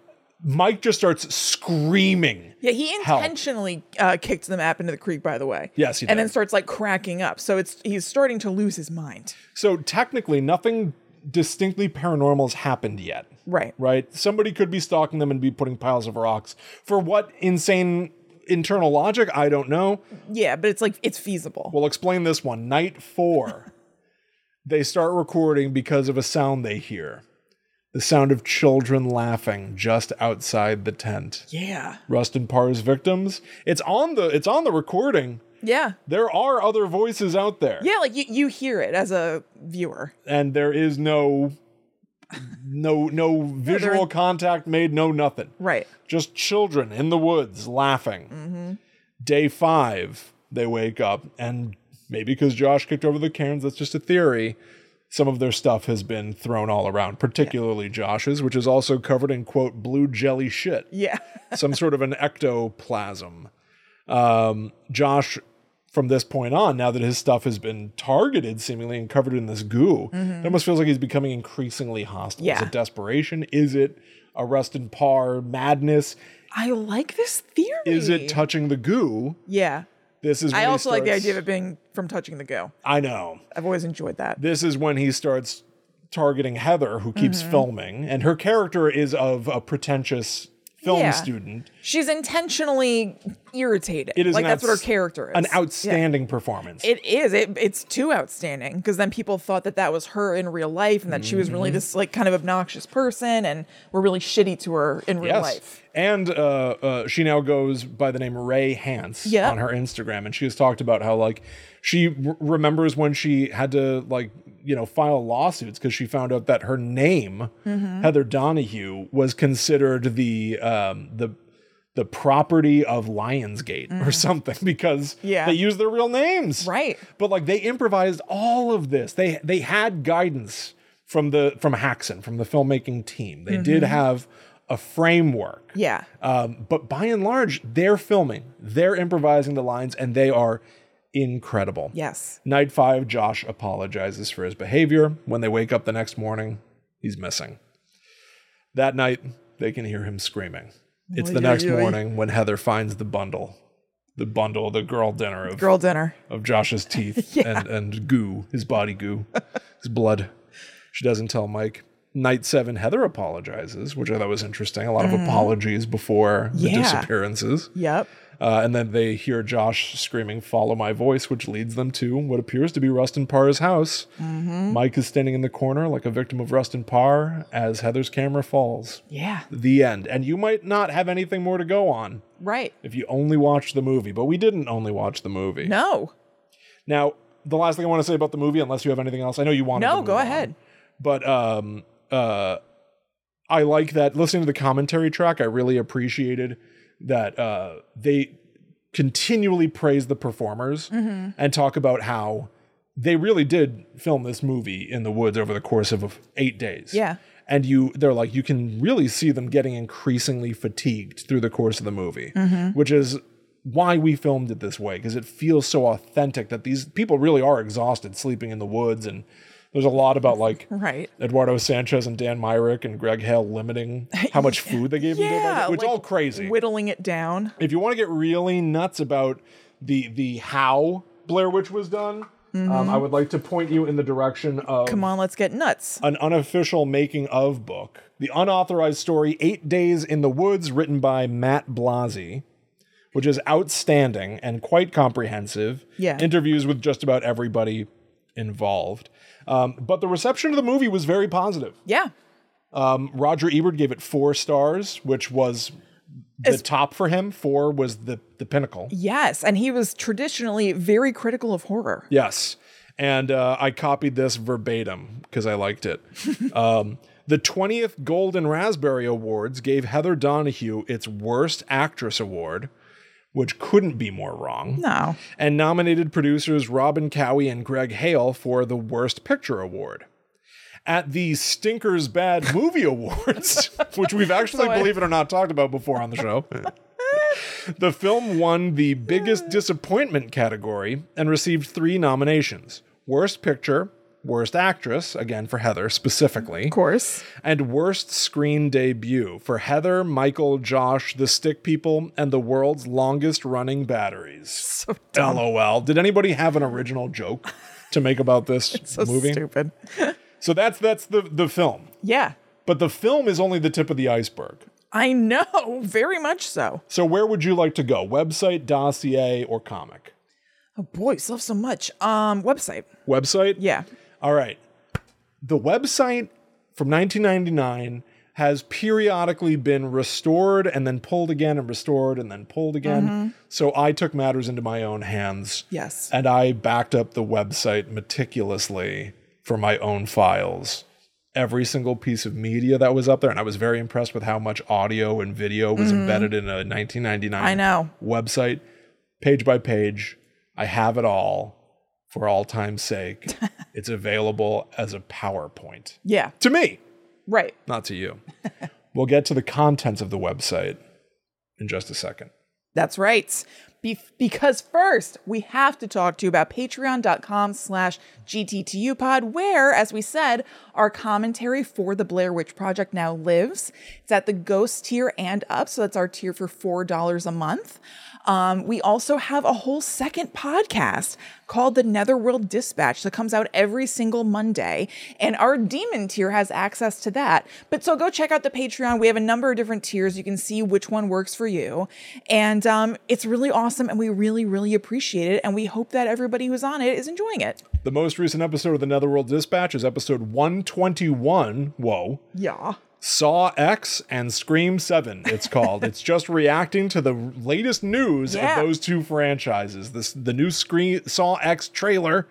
Speaker 1: Mike just starts screaming.
Speaker 2: Yeah, he
Speaker 1: Help.
Speaker 2: intentionally uh, kicked the map into the creek, by the way.
Speaker 1: Yes, he
Speaker 2: And then
Speaker 1: did.
Speaker 2: starts like cracking up. So it's he's starting to lose his mind.
Speaker 1: So technically, nothing distinctly paranormal has happened yet,
Speaker 2: Right.
Speaker 1: right? Somebody could be stalking them and be putting piles of rocks. For what insane internal logic? I don't know.
Speaker 2: Yeah, but it's like it's feasible.
Speaker 1: We'll explain this one. Night four, they start recording because of a sound they hear the sound of children laughing just outside the tent.
Speaker 2: yeah.
Speaker 1: Rustin Parr's victims. It's on the it's on the recording.
Speaker 2: Yeah.
Speaker 1: There are other voices out there.
Speaker 2: Yeah, like you, you hear it as a viewer.
Speaker 1: And there is no no no visual contact made, no nothing.
Speaker 2: Right.
Speaker 1: Just children in the woods laughing. Day five, they wake up, and maybe because Josh kicked over the cairns, that's just a theory. Some of their stuff has been thrown all around, particularly Josh's, which is also covered in quote blue jelly shit,
Speaker 2: Yeah.
Speaker 1: some sort of an ectoplasm. Um, Josh, from this point on, now that his stuff has been targeted seemingly and covered in this goo, it almost feels like he's becoming increasingly hostile. Is
Speaker 2: Mm-hmm. Yeah.
Speaker 1: it desperation? Is it a rust and par madness?
Speaker 2: I like this theory.
Speaker 1: is it touching the goo?
Speaker 2: yeah.
Speaker 1: This is. When
Speaker 2: I also like the idea of
Speaker 1: It-
Speaker 2: it being from touching the go.
Speaker 1: I know.
Speaker 2: I've always enjoyed that.
Speaker 1: This is when he starts targeting Heather, who keeps
Speaker 2: Mm-hmm.
Speaker 1: filming, and her character is of a pretentious film
Speaker 2: Yeah.
Speaker 1: student.
Speaker 2: She's intentionally irritated.
Speaker 1: It is
Speaker 2: like
Speaker 1: an
Speaker 2: that's what her
Speaker 1: outs-
Speaker 2: character is.
Speaker 1: An
Speaker 2: Yeah.
Speaker 1: outstanding performance.
Speaker 2: It is. It, it's too outstanding because then people thought that that was her in real life and that she was really
Speaker 1: Mm-hmm.
Speaker 2: this like kind of obnoxious person and were really shitty to her in real life.
Speaker 1: And uh, uh, she now goes by the name Ray Hance
Speaker 2: Yeah.
Speaker 1: on her Instagram. And she has talked about how, like, she r- remembers when she had to, like, you know, file lawsuits because she found out that her name,
Speaker 2: Mm-hmm.
Speaker 1: Heather Donahue, was considered the, um, the, the property of Lionsgate or something because
Speaker 2: Mm-hmm. Yeah.
Speaker 1: they use their real names.
Speaker 2: Right.
Speaker 1: But like they improvised all of this. They they had guidance from the from Haxon, from the filmmaking team. They did have a framework.
Speaker 2: Mm-hmm. Yeah.
Speaker 1: Um, but by and large, they're filming, they're improvising the lines, and they are incredible.
Speaker 2: Yes.
Speaker 1: Night five, Josh apologizes for his behavior. When they wake up the next morning, he's missing. That night, they can hear him screaming. It's the
Speaker 2: Oy,
Speaker 1: next
Speaker 2: oy, oy.
Speaker 1: morning when Heather finds the bundle. The bundle, the girl dinner of
Speaker 2: Girl dinner.
Speaker 1: of Josh's teeth and, and goo, his body goo, his blood. She doesn't tell Mike. Night seven, Heather apologizes, which I thought was interesting. A lot of apologies before the
Speaker 2: Yeah.
Speaker 1: disappearances.
Speaker 2: Yep.
Speaker 1: Uh, and then they hear Josh screaming, Follow my voice, which leads them to what appears to be Rustin Parr's house. Mike is standing in the corner like a victim of Rustin Parr as Heather's camera falls.
Speaker 2: Yeah.
Speaker 1: The end. And you might not have anything more to go on
Speaker 2: Right.
Speaker 1: if you only watched the movie, but we didn't only watch the movie.
Speaker 2: No.
Speaker 1: Now, the last thing I want to say about the movie, unless you have anything else, I know you want. to
Speaker 2: No. Go
Speaker 1: move on,
Speaker 2: ahead.
Speaker 1: But um, uh, I like that listening to the commentary track. I really appreciated that uh, they continually praise the performers
Speaker 2: Mm-hmm.
Speaker 1: and talk about how they really did film this movie in the woods over the course of eight days.
Speaker 2: Yeah.
Speaker 1: And you, they're like, you can really see them getting increasingly fatigued through the course of the movie,
Speaker 2: Mm-hmm.
Speaker 1: which is why we filmed it this way because it feels so authentic that these people really are exhausted sleeping in the woods. And there's a lot about like
Speaker 2: Right.
Speaker 1: Eduardo Sanchez and Dan Myrick and Greg Hale limiting how much food they gave them, to
Speaker 2: Yeah.
Speaker 1: budget, which
Speaker 2: like,
Speaker 1: all crazy
Speaker 2: Whittling it down.
Speaker 1: if you want to get really nuts about the the how Blair Witch was done, um,
Speaker 2: Mm-hmm.
Speaker 1: I would like to point you in the direction of
Speaker 2: Come on, let's get nuts.
Speaker 1: an unofficial making of book, the unauthorized story Eight Days in the Woods, written by Matt Blasey. Which is outstanding and quite comprehensive.
Speaker 2: Yeah.
Speaker 1: Interviews with just about everybody involved. Um, but the reception of the movie was very positive.
Speaker 2: Yeah.
Speaker 1: Roger Ebert gave it four stars, which was the
Speaker 2: As-
Speaker 1: top for him. Four was the, the pinnacle.
Speaker 2: Yes. And he was traditionally very critical of horror.
Speaker 1: Yes. And uh, I copied this verbatim because I liked it. um, the 20th Golden Raspberry Awards gave Heather Donahue its Worst Actress Award, which couldn't be more wrong,
Speaker 2: No.
Speaker 1: and nominated producers Robin Cowie and Greg Hale for the Worst Picture Award. At the Stinkers Bad Movie Awards, which we've actually,
Speaker 2: So I-
Speaker 1: believe it or not, talked about before on the show. The film won the biggest disappointment category and received three nominations Worst Picture, Worst Actress, again for Heather specifically,
Speaker 2: Of course.
Speaker 1: and Worst Screen Debut for Heather, Michael, Josh, The Stick People, and the world's longest running batteries.
Speaker 2: So
Speaker 1: LOL. Did anybody have an original joke to make about this
Speaker 2: So
Speaker 1: movie?
Speaker 2: stupid.
Speaker 1: So that's that's the, the film.
Speaker 2: Yeah.
Speaker 1: But the film is only the tip of the iceberg.
Speaker 2: I know. Very much so.
Speaker 1: So where would you like to go? Website, dossier, or comic?
Speaker 2: Oh boy, it's love so much. Um, website.
Speaker 1: Website?
Speaker 2: Yeah.
Speaker 1: All right. The website from 1999 has periodically been restored and then pulled again and restored and then pulled again. So I took matters into my own hands.
Speaker 2: Yes.
Speaker 1: And I backed up the website meticulously for my own files. Every single piece of media that was up there. And I was very impressed with how much audio and video was embedded in a 1999
Speaker 2: Mm-hmm. I know.
Speaker 1: website, page by page. I have it all for all time's sake. it's available as a PowerPoint
Speaker 2: Yeah.
Speaker 1: to me,
Speaker 2: Right.
Speaker 1: not to you. we'll get to the contents of the website in just a second.
Speaker 2: That's right. Be- because first, we have to talk to you about patreon.com slash gttupod, where, as we said, our commentary for the Blair Witch Project now lives. It's at the ghost tier and up, so that's our tier for $4 a month. Um, we also have a whole second podcast called The Netherworld Dispatch that comes out every single Monday. And our demon tier has access to that. But so go check out the Patreon. We have a number of different tiers. You can see which one works for you. And um, it's really awesome. And we really, really appreciate it. And we hope that everybody who's on it is enjoying it.
Speaker 1: The most recent episode of the Netherworld Dispatch is episode 121. Whoa.
Speaker 2: Yeah.
Speaker 1: Saw X and Scream 7, it's called. it's just reacting to the latest news
Speaker 2: Yeah.
Speaker 1: of those two franchises. This the new Scream Saw X trailer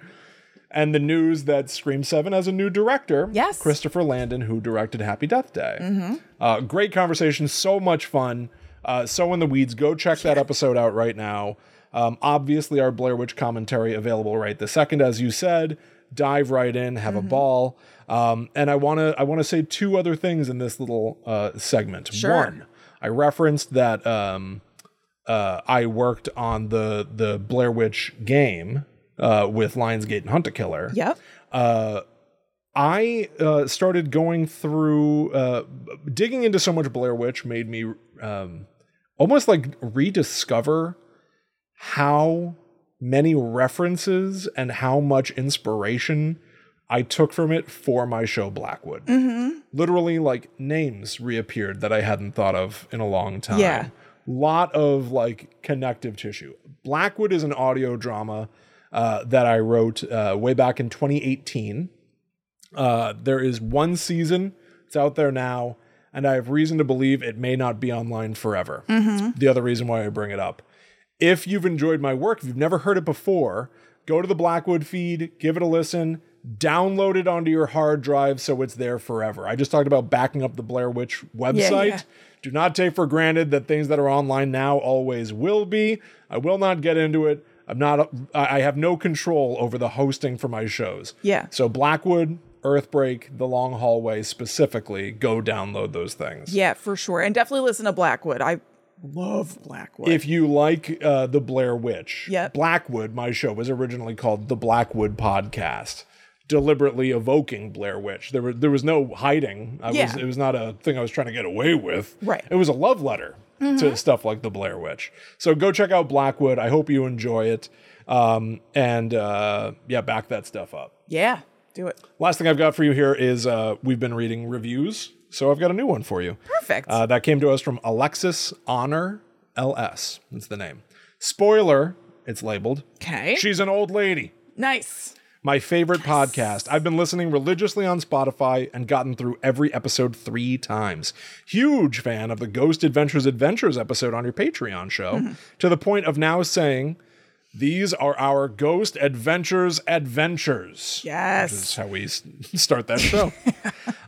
Speaker 1: and the news that Scream 7 has a new director.
Speaker 2: Yes.
Speaker 1: Christopher Landon, who directed Happy Death Day. Uh, great conversation, so much fun. Uh, so in the weeds, go check that episode out right now. Um, obviously, our Blair Witch commentary available right the second, as you said. Dive right in, have a ball. Um, and I wanna I wanna say two other things in this little uh, segment.
Speaker 2: Sure.
Speaker 1: One, I referenced that um, uh, I worked on the the Blair Witch game uh, with Lionsgate and Hunt a Killer.
Speaker 2: Yep.
Speaker 1: I uh, started going through uh, digging into so much Blair Witch made me um, almost like rediscover how many references and how much inspiration I took from it for my show Blackwood. Literally, like names reappeared that I hadn't thought of in a long time.
Speaker 2: Yeah.
Speaker 1: Lot of like connective tissue. Blackwood is an audio drama uh, that I wrote uh, way back in 2018. Uh, there is one season. It's out there now, and I have reason to believe it may not be online forever. It's the other reason why I bring it up. If you've enjoyed my work, if you've never heard it before, go to the Blackwood feed, give it a listen, download it onto your hard drive so it's there forever. I just talked about backing up the Blair Witch website.
Speaker 2: yeah.
Speaker 1: Do not take for granted that things that are online now always will be. I will not get into it. I'm not I I have no control over the hosting for my shows.
Speaker 2: Yeah.
Speaker 1: So Blackwood, Earthbreak, The Long Hallway specifically, go download those things.
Speaker 2: Yeah, for sure. And definitely listen to Blackwood. I love Blackwood.
Speaker 1: If you like uh, The Blair Witch,
Speaker 2: Yep.
Speaker 1: Blackwood, my show, was originally called The Blackwood Podcast, deliberately evoking Blair Witch. There, were, there was no hiding. I was,
Speaker 2: Yeah.
Speaker 1: it was not a thing I was trying to get away with.
Speaker 2: Right. Mm-hmm.
Speaker 1: It was a love letter to stuff like The Blair Witch. So go check out Blackwood. I hope you enjoy it. Um, and uh, yeah, back that stuff up.
Speaker 2: yeah, do it.
Speaker 1: Last thing I've got for you here is uh, we've been reading reviews, so I've got a new one for you.
Speaker 2: Perfect.
Speaker 1: Uh, that came to us from Alexis Honor LS. That's the name. Spoiler, it's labeled.
Speaker 2: okay.
Speaker 1: She's an old lady.
Speaker 2: nice.
Speaker 1: My favorite podcast. I've been listening religiously on Spotify and gotten through every episode three times. Huge fan of the Ghost Adventures Adventures episode on your Patreon show,
Speaker 2: Mm-hmm.
Speaker 1: to the point of now saying, These are our Ghost Adventures Adventures.
Speaker 2: Yes.
Speaker 1: That's how we s- start that show.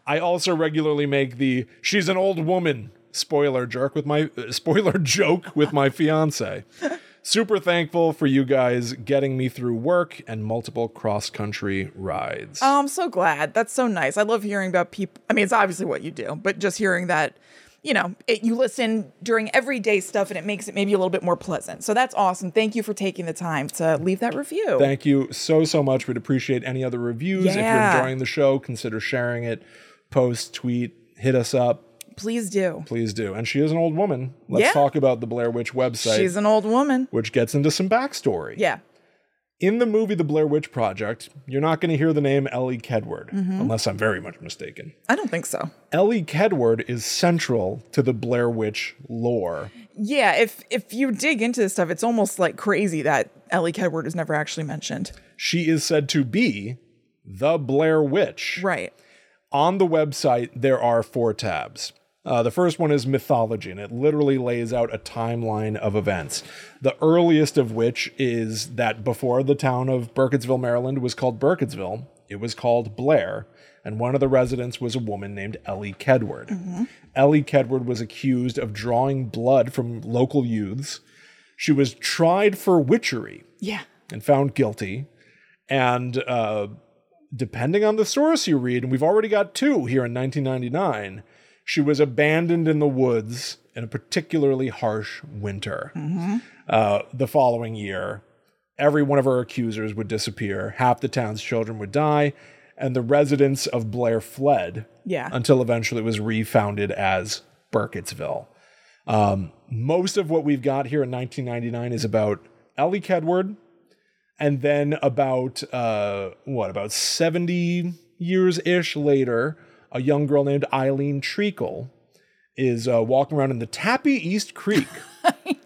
Speaker 1: I also regularly make the she's an old woman spoiler jerk with my uh, spoiler joke with my fiance. Super thankful for you guys getting me through work and multiple cross country rides.
Speaker 2: Oh, I'm so glad. That's so nice. I love hearing about people. I mean, it's obviously what you do, but just hearing that, you know, it, you listen during everyday stuff and it makes it maybe a little bit more pleasant. So that's awesome. Thank you for taking the time to leave that review.
Speaker 1: Thank you so, so much. We'd appreciate any other reviews. If
Speaker 2: Yeah.
Speaker 1: you're enjoying the show, consider sharing it, post, tweet, hit us up.
Speaker 2: Please do.
Speaker 1: Please do. And she is an old woman. Let's
Speaker 2: Yeah.
Speaker 1: talk about the Blair Witch website,
Speaker 2: She's an old woman.
Speaker 1: which gets into some backstory.
Speaker 2: Yeah.
Speaker 1: in the movie The Blair Witch Project, you're not going to hear the name Ellie Kedward, unless I'm very much mistaken.
Speaker 2: I don't think so.
Speaker 1: Ellie Kedward is central to the Blair Witch lore.
Speaker 2: Yeah, if if you dig into this stuff, it's almost like crazy that Ellie Kedward is never actually mentioned.
Speaker 1: She is said to be the Blair Witch.
Speaker 2: Right.
Speaker 1: On the website, there are four tabs. Uh, the first one is mythology, and it literally lays out a timeline of events. The earliest of which is that before the town of Burkittsville, Maryland was called Burkittsville, it was called Blair, and one of the residents was a woman named Ellie Kedward. Ellie Kedward was accused of drawing blood from local youths. She was tried for witchery
Speaker 2: Yeah.
Speaker 1: and found guilty. And uh, depending on the source you read, and we've already got two here in 1999, she was abandoned in the woods in a particularly harsh winter. Uh, the following year, every one of her accusers would disappear, half the town's children would die, and the residents of Blair fled
Speaker 2: Yeah.
Speaker 1: until eventually it was refounded as Burkittsville. Um, most of what we've got here in 1999 is about Ellie Kedward, and then about uh, what about 70 years ish later, a young girl named Eileen Treacle is uh, walking around in the Tappy East Creek.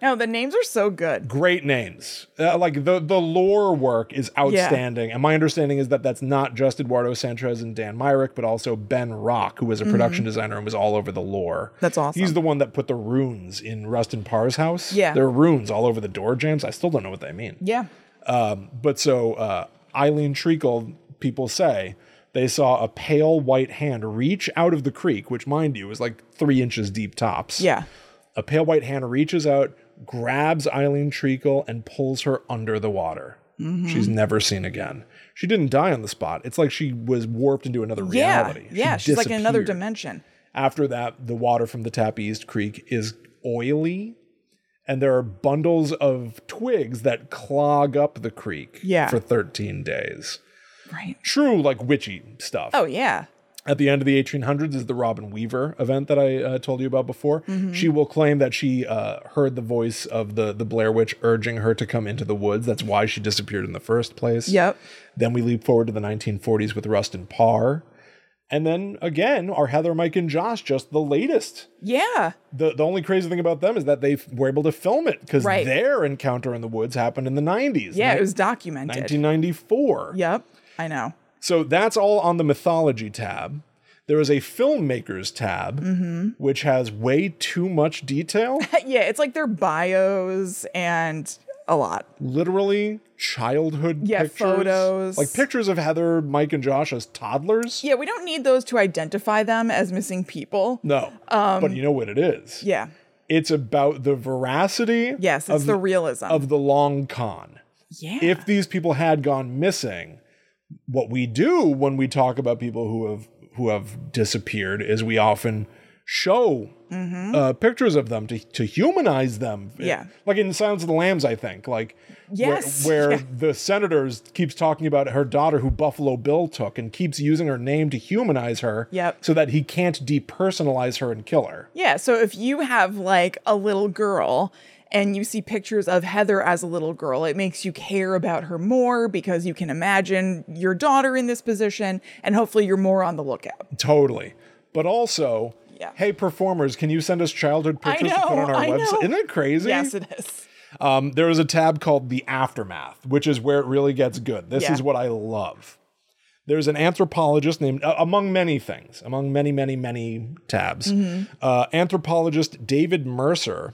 Speaker 2: no, the names are so good.
Speaker 1: Great names, uh, like the the lore work is outstanding, and my understanding is that that's not just Eduardo Sanchez and Dan Myrick, but also Ben Rock, who was a production designer and was all over the lore.
Speaker 2: Mm-hmm. That's awesome.
Speaker 1: He's the one that put the runes in Rustin Parr's house.
Speaker 2: Yeah.
Speaker 1: there are runes all over the door jams. I still don't know what they mean.
Speaker 2: yeah.
Speaker 1: But so uh, Eileen Treacle, people say they saw a pale white hand reach out of the creek, which, mind you, is like three inches deep tops.
Speaker 2: Yeah.
Speaker 1: A pale white hand reaches out, grabs Eileen Treacle, and pulls her under the water.
Speaker 2: Mm-hmm.
Speaker 1: She's never seen again. She didn't die on the spot. It's like she was warped into another
Speaker 2: Yeah.
Speaker 1: reality. She
Speaker 2: yeah. She's like in another
Speaker 1: disappeared.
Speaker 2: dimension.
Speaker 1: After that, the water from the Tap East Creek is oily, and there are bundles of twigs that clog up the creek
Speaker 2: Yeah.
Speaker 1: for 13 days.
Speaker 2: Right.
Speaker 1: True, like witchy stuff.
Speaker 2: Oh, yeah.
Speaker 1: At the end of the 1800s is the Robin Weaver event that I uh, told you about before.
Speaker 2: Mm-hmm.
Speaker 1: She will claim that she uh, heard the voice of the the Blair Witch urging her to come into the woods. That's why she disappeared in the first place.
Speaker 2: Yep.
Speaker 1: Then we leap forward to the 1940s with Rustin Parr. And then again, are Heather, Mike, and Josh just the latest?
Speaker 2: Yeah.
Speaker 1: The, the only crazy thing about them is that they f- were able to film it because
Speaker 2: Right.
Speaker 1: their encounter in the woods happened in the 90s.
Speaker 2: Yeah.
Speaker 1: ni-
Speaker 2: It was documented.
Speaker 1: 1994.
Speaker 2: Yep. I know.
Speaker 1: So that's all on the mythology tab. There is a filmmakers tab,
Speaker 2: Mm-hmm.
Speaker 1: which has way too much detail.
Speaker 2: Yeah. It's like their bios and a lot.
Speaker 1: Literally childhood
Speaker 2: Yeah,
Speaker 1: pictures.
Speaker 2: photos.
Speaker 1: Like pictures of Heather, Mike, and Josh as toddlers.
Speaker 2: Yeah. We don't need those to identify them as missing people.
Speaker 1: No. but you know what it is.
Speaker 2: Um, Yeah.
Speaker 1: It's about the veracity
Speaker 2: Yes. It's
Speaker 1: of,
Speaker 2: the realism.
Speaker 1: of the long con.
Speaker 2: yeah.
Speaker 1: If these people had gone missing, what we do when we talk about people who have who have disappeared is we often show uh, pictures of them to, to humanize them.
Speaker 2: Mm-hmm. Yeah.
Speaker 1: Like in Silence of the Lambs, I think. Like where-
Speaker 2: Yes,
Speaker 1: where,
Speaker 2: yeah.
Speaker 1: the senators keeps talking about her daughter who Buffalo Bill took and keeps using her name to humanize her
Speaker 2: Yep.
Speaker 1: so that he can't depersonalize her and kill her.
Speaker 2: Yeah. So if you have like a little girl and you see pictures of Heather as a little girl, it makes you care about her more because you can imagine your daughter in this position and hopefully you're more on the lookout.
Speaker 1: Totally. But also,
Speaker 2: Yeah.
Speaker 1: hey, performers, can you send us childhood
Speaker 2: I
Speaker 1: pictures to put
Speaker 2: know,
Speaker 1: on our
Speaker 2: I
Speaker 1: website?
Speaker 2: know.
Speaker 1: Isn't that crazy?
Speaker 2: Yes, it is.
Speaker 1: Um, there is a tab called The Aftermath, which is where it really gets good. This
Speaker 2: Yeah.
Speaker 1: is what I love. There's an anthropologist named, uh, among many things, among many, many, many tabs,
Speaker 2: Mm-hmm.
Speaker 1: uh, anthropologist David Mercer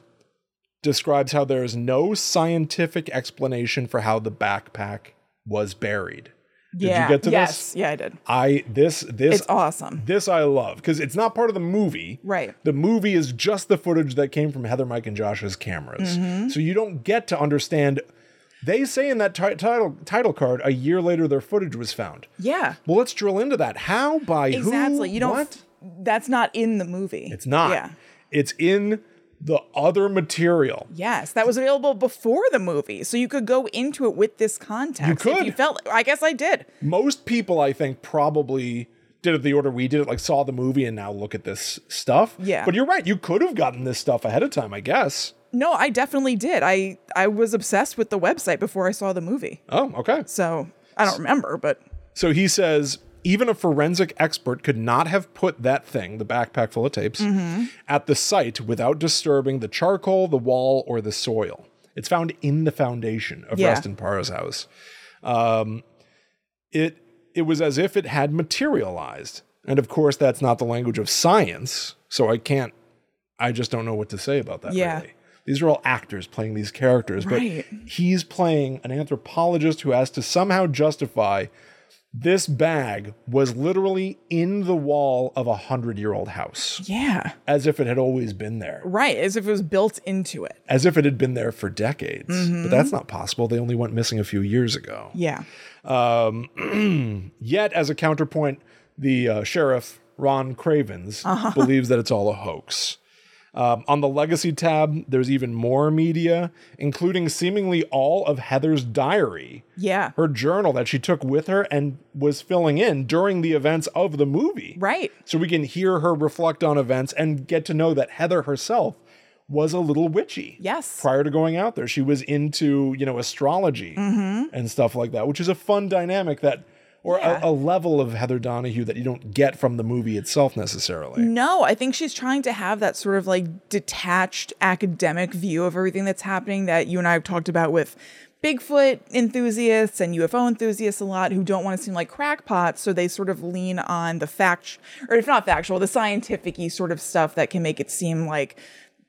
Speaker 1: describes how there is no scientific explanation for how the backpack was buried. Did
Speaker 2: yeah.
Speaker 1: you get to
Speaker 2: yes.
Speaker 1: this?
Speaker 2: Yeah, I did.
Speaker 1: I this this
Speaker 2: It's awesome.
Speaker 1: this I love because it's not part of the movie.
Speaker 2: Right.
Speaker 1: The movie is just the footage that came from Heather, Mike, and Josh's cameras.
Speaker 2: Mm-hmm.
Speaker 1: So you don't get to understand. They say in that ti- title title card, a year later, their footage was found.
Speaker 2: Yeah.
Speaker 1: Well, let's drill into that. How by who?
Speaker 2: Exactly. You don't
Speaker 1: What?
Speaker 2: that's not in the movie.
Speaker 1: It's not.
Speaker 2: Yeah.
Speaker 1: It's in the other material.
Speaker 2: Yes, that was available before the movie. So you could go into it with this context. If
Speaker 1: could.
Speaker 2: you felt I guess I did.
Speaker 1: Most people, I think, probably did it the order we did it, like saw the movie and now look at this stuff.
Speaker 2: Yeah.
Speaker 1: But you're right. You could have gotten this stuff ahead of time, I guess.
Speaker 2: No, I definitely did. I I was obsessed with the website before I saw the movie.
Speaker 1: Oh, okay.
Speaker 2: So I don't remember, but
Speaker 1: So he says, even a forensic expert could not have put that thing, the backpack full of tapes, at the site without disturbing the charcoal, the wall, or the soil. It's found in the foundation of
Speaker 2: Yeah.
Speaker 1: Rustin Parra's house. Um, it it was as if it had materialized, and of course, that's not the language of science. So I can't. I just don't know what to say about that.
Speaker 2: Yeah.
Speaker 1: Really. These are all actors playing these characters,
Speaker 2: Right.
Speaker 1: but he's playing an anthropologist who has to somehow justify this bag was literally in the wall of a hundred year old house,
Speaker 2: yeah,
Speaker 1: as if it had always been there,
Speaker 2: right. As if it was built into it.
Speaker 1: as if it had been there for decades. But that's not possible. They only went missing a few years ago.
Speaker 2: Yeah.
Speaker 1: Yet, as a counterpoint, the uh, sheriff, Ron Cravens, believes that it's all a hoax. Um, on the legacy tab, there's even more media, including seemingly all of Heather's diary,
Speaker 2: Yeah.
Speaker 1: her journal that she took with her and was filling in during the events of the movie.
Speaker 2: Right.
Speaker 1: So we can hear her reflect on events and get to know that Heather herself was a little witchy.
Speaker 2: Yes.
Speaker 1: Prior to going out there, she was into, you know, astrology and stuff like that, which is a fun dynamic that, or
Speaker 2: Mm-hmm. Yeah.
Speaker 1: a, a level of Heather Donahue that you don't get from the movie itself necessarily.
Speaker 2: No, I think she's trying to have that sort of like detached academic view of everything that's happening that you and I have talked about with Bigfoot enthusiasts and UFO enthusiasts a lot who don't want to seem like crackpots, so they sort of lean on the fact or if not factual, the scientific y sort of stuff that can make it seem like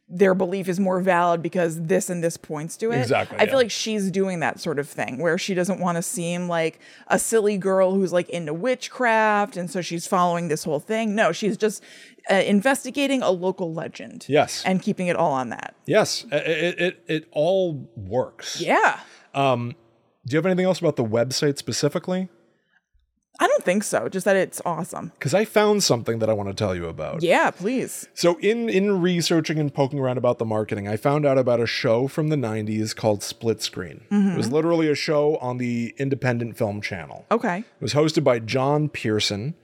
Speaker 2: their belief is more valid because this and this points to it.
Speaker 1: Exactly,
Speaker 2: I feel
Speaker 1: yeah.
Speaker 2: like she's doing that sort of thing where she doesn't want to seem like a silly girl who's like into witchcraft and so she's following this whole thing. No, she's just uh, investigating a local legend.
Speaker 1: Yes.
Speaker 2: And keeping it all on that.
Speaker 1: Yes, i- i- it, it, it all works.
Speaker 2: Yeah.
Speaker 1: Do you have anything else about the website specifically?
Speaker 2: I don't think so. Just that it's awesome.
Speaker 1: Because I found something that I want to tell you about.
Speaker 2: Yeah, please.
Speaker 1: So in in researching and poking around about the marketing, I found out about a show from the 90s called Split Screen. It was literally a show on the Independent Film Channel.
Speaker 2: Okay.
Speaker 1: It was hosted by John Pearson,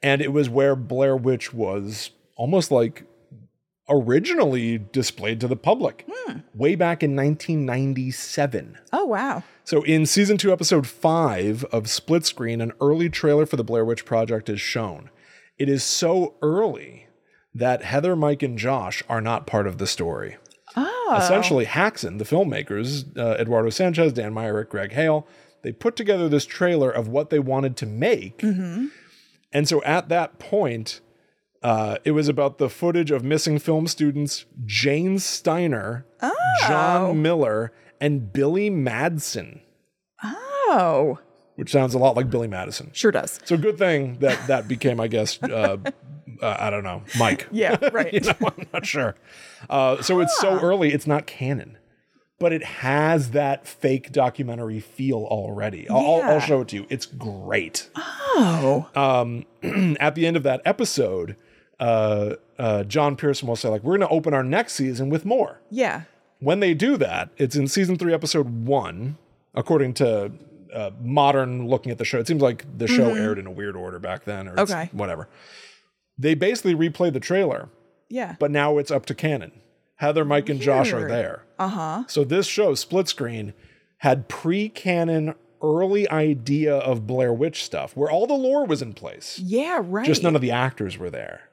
Speaker 1: and it was where Blair Witch was almost like originally displayed to the public way back in 1997.
Speaker 2: Oh, wow.
Speaker 1: So, in season two, episode five of Split Screen, an early trailer for the Blair Witch Project is shown. It is so early that Heather, Mike, and Josh are not part of the story.
Speaker 2: Oh.
Speaker 1: Essentially, Haxon, the filmmakers, uh, Eduardo Sanchez, Dan Myrick, Greg Hale, they put together this trailer of what they wanted to make. And so at that point, uh, it was about the footage of missing film students Jane Steiner, John Miller, and Billy Madsen
Speaker 2: Oh.
Speaker 1: which sounds a lot like Billy Madison.
Speaker 2: Sure does.
Speaker 1: So good thing that that became, I guess, uh, uh, I don't know, Mike.
Speaker 2: Yeah, right.
Speaker 1: you know, I'm not sure. Uh, so it's
Speaker 2: Ah.
Speaker 1: so early, it's not canon, but it has that fake documentary feel already. I'll, I'll-
Speaker 2: Yeah.
Speaker 1: I'll show it to you. It's great.
Speaker 2: Oh.
Speaker 1: Uh, At the end of that episode, uh, uh, John Pearson will say, like, we're going to open our next season with more.
Speaker 2: yeah.
Speaker 1: When they do that, it's in season three, episode one, according to uh, modern looking at the show. It seems like the show aired in a weird order back then, or it's-
Speaker 2: Mm-hmm. Okay.
Speaker 1: whatever. They basically replay the trailer,
Speaker 2: Yeah.
Speaker 1: but now it's up to canon. Heather, Mike, and Josh are
Speaker 2: Weird.
Speaker 1: there. Uh
Speaker 2: Uh-huh.
Speaker 1: huh. So this show, Split Screen, had pre canon early idea of Blair Witch stuff, where all the lore was in place,
Speaker 2: yeah, right.
Speaker 1: just none of the actors were there.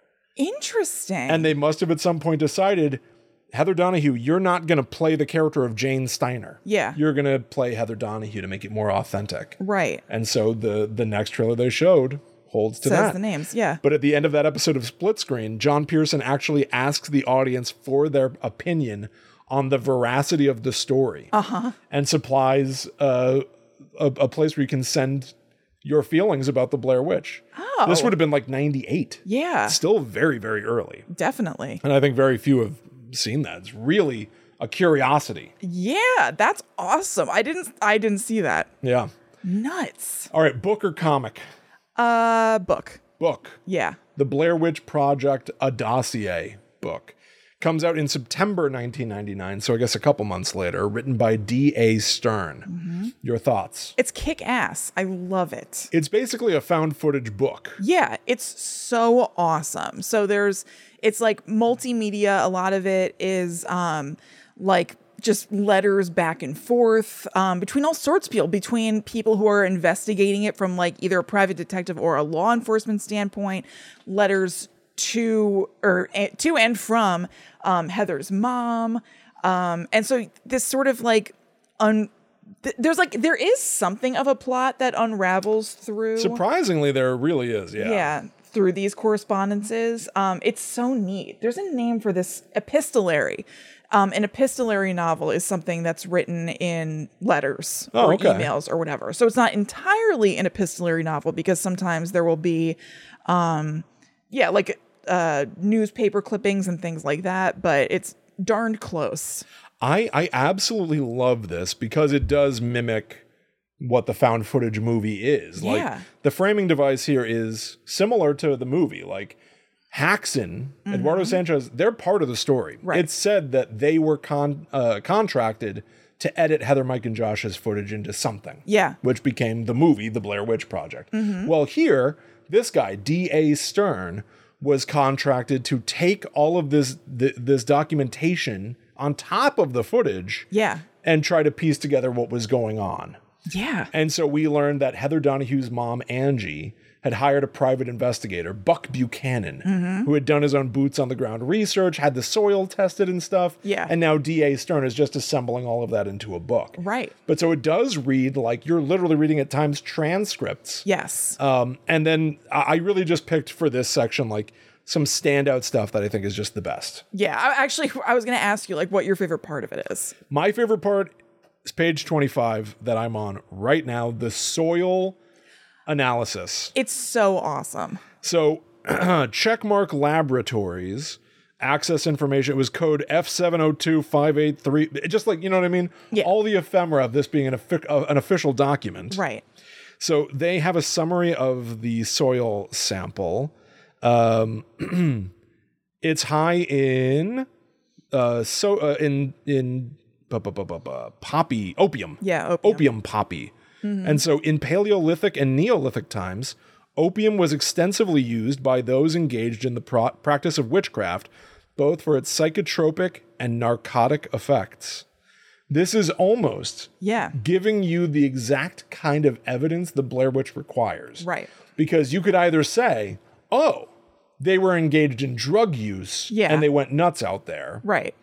Speaker 2: Interesting.
Speaker 1: And they must have at some point decided, Heather Donahue, you're not going to play the character of Jane Steiner.
Speaker 2: Yeah.
Speaker 1: You're going to play Heather Donahue to make it more authentic.
Speaker 2: right.
Speaker 1: And so the the next trailer they showed holds to
Speaker 2: Says
Speaker 1: that.
Speaker 2: the names. Yeah.
Speaker 1: But at the end of that episode of Split Screen, John Pearson actually asks the audience for their opinion on the veracity of the story uh-huh. and supplies uh, a, a place where you can send your feelings about the Blair Witch. Oh. This would have been like 98.
Speaker 2: yeah.
Speaker 1: Still very, very early
Speaker 2: Definitely.
Speaker 1: and I think very few have seen that. It's really a curiosity.
Speaker 2: Yeah, that's awesome. I didn't I didn't see that.
Speaker 1: Yeah.
Speaker 2: Nuts.
Speaker 1: All right, book or comic?
Speaker 2: Uh book.
Speaker 1: Book.
Speaker 2: Yeah.
Speaker 1: The Blair Witch Project, a dossier book. Comes out in September 1999, so I guess a couple months later, written by D.A. Stern. Your thoughts?
Speaker 2: It's kick ass. I love it.
Speaker 1: It's basically a found footage book.
Speaker 2: Yeah, it's so awesome. So there's it's like multimedia, a lot of it is um like just letters back and forth um, between all sorts of people, between people who are investigating it from like either a private detective or a law enforcement standpoint, letters to or eh, to and from um, Heather's mom, um, and so this sort of like un. th- There's like there is something of a plot that unravels through
Speaker 1: Surprisingly, there really is. Yeah.
Speaker 2: yeah through these correspondences um it's so neat there's a name for this epistolary um an epistolary novel is something that's written in letters
Speaker 1: Oh,
Speaker 2: or
Speaker 1: okay.
Speaker 2: emails or whatever so it's not entirely an epistolary novel because sometimes there will be um yeah like uh newspaper clippings and things like that but it's darned close
Speaker 1: I I absolutely love this because it does mimic what the found footage movie is. Like
Speaker 2: Yeah.
Speaker 1: the framing device here is similar to the movie. Like Haxon, Eduardo Sanchez, they're part of the story.
Speaker 2: Mm-hmm. Right.
Speaker 1: It's said that they were con- uh, contracted to edit Heather, Mike, and Josh's footage into something.
Speaker 2: Yeah. Mm-hmm.
Speaker 1: Which became the movie, The Blair Witch Project. Well, here, this guy, D.A. Stern, was contracted to take all of this th- this documentation on top of the footage
Speaker 2: Yeah.
Speaker 1: and try to piece together what was going on.
Speaker 2: Yeah.
Speaker 1: And so we learned that Heather Donahue's mom, Angie, had hired a private investigator, Buck Buchanan,
Speaker 2: Mm-hmm.
Speaker 1: who had done his own boots on the ground research, had the soil tested and stuff.
Speaker 2: Yeah.
Speaker 1: And now D.A. Stern is just assembling all of that into a book.
Speaker 2: Right.
Speaker 1: But so it does read like you're literally reading at times transcripts.
Speaker 2: Yes.
Speaker 1: Um, and then I I really just picked for this section like some standout stuff that I think is just the best.
Speaker 2: yeah. I, actually, I was going to ask you like what your favorite part of it is.
Speaker 1: My favorite part is page 25 that I'm on right now the soil analysis.
Speaker 2: It's so awesome.
Speaker 1: So, Checkmark Laboratories access information. It was code F702583. Just like, you know what I mean?
Speaker 2: Yeah.
Speaker 1: All the ephemera of this being an, offi- uh, an official document.
Speaker 2: Right.
Speaker 1: So, they have a summary of the soil sample. Um, it's high in uh, so uh, in in bu- bu- bu- bu- bu- poppy opium
Speaker 2: Yeah. Mm-hmm. Opium.
Speaker 1: opium poppy. And so in Paleolithic and Neolithic times, opium was extensively used by those engaged in the pro- practice of witchcraft, both for its psychotropic and narcotic effects. This is almost
Speaker 2: Yeah.
Speaker 1: giving you the exact kind of evidence the Blair Witch requires.
Speaker 2: Right.
Speaker 1: Because you could either say, oh, they were engaged in drug use
Speaker 2: Yeah.
Speaker 1: and they went nuts out there
Speaker 2: Right.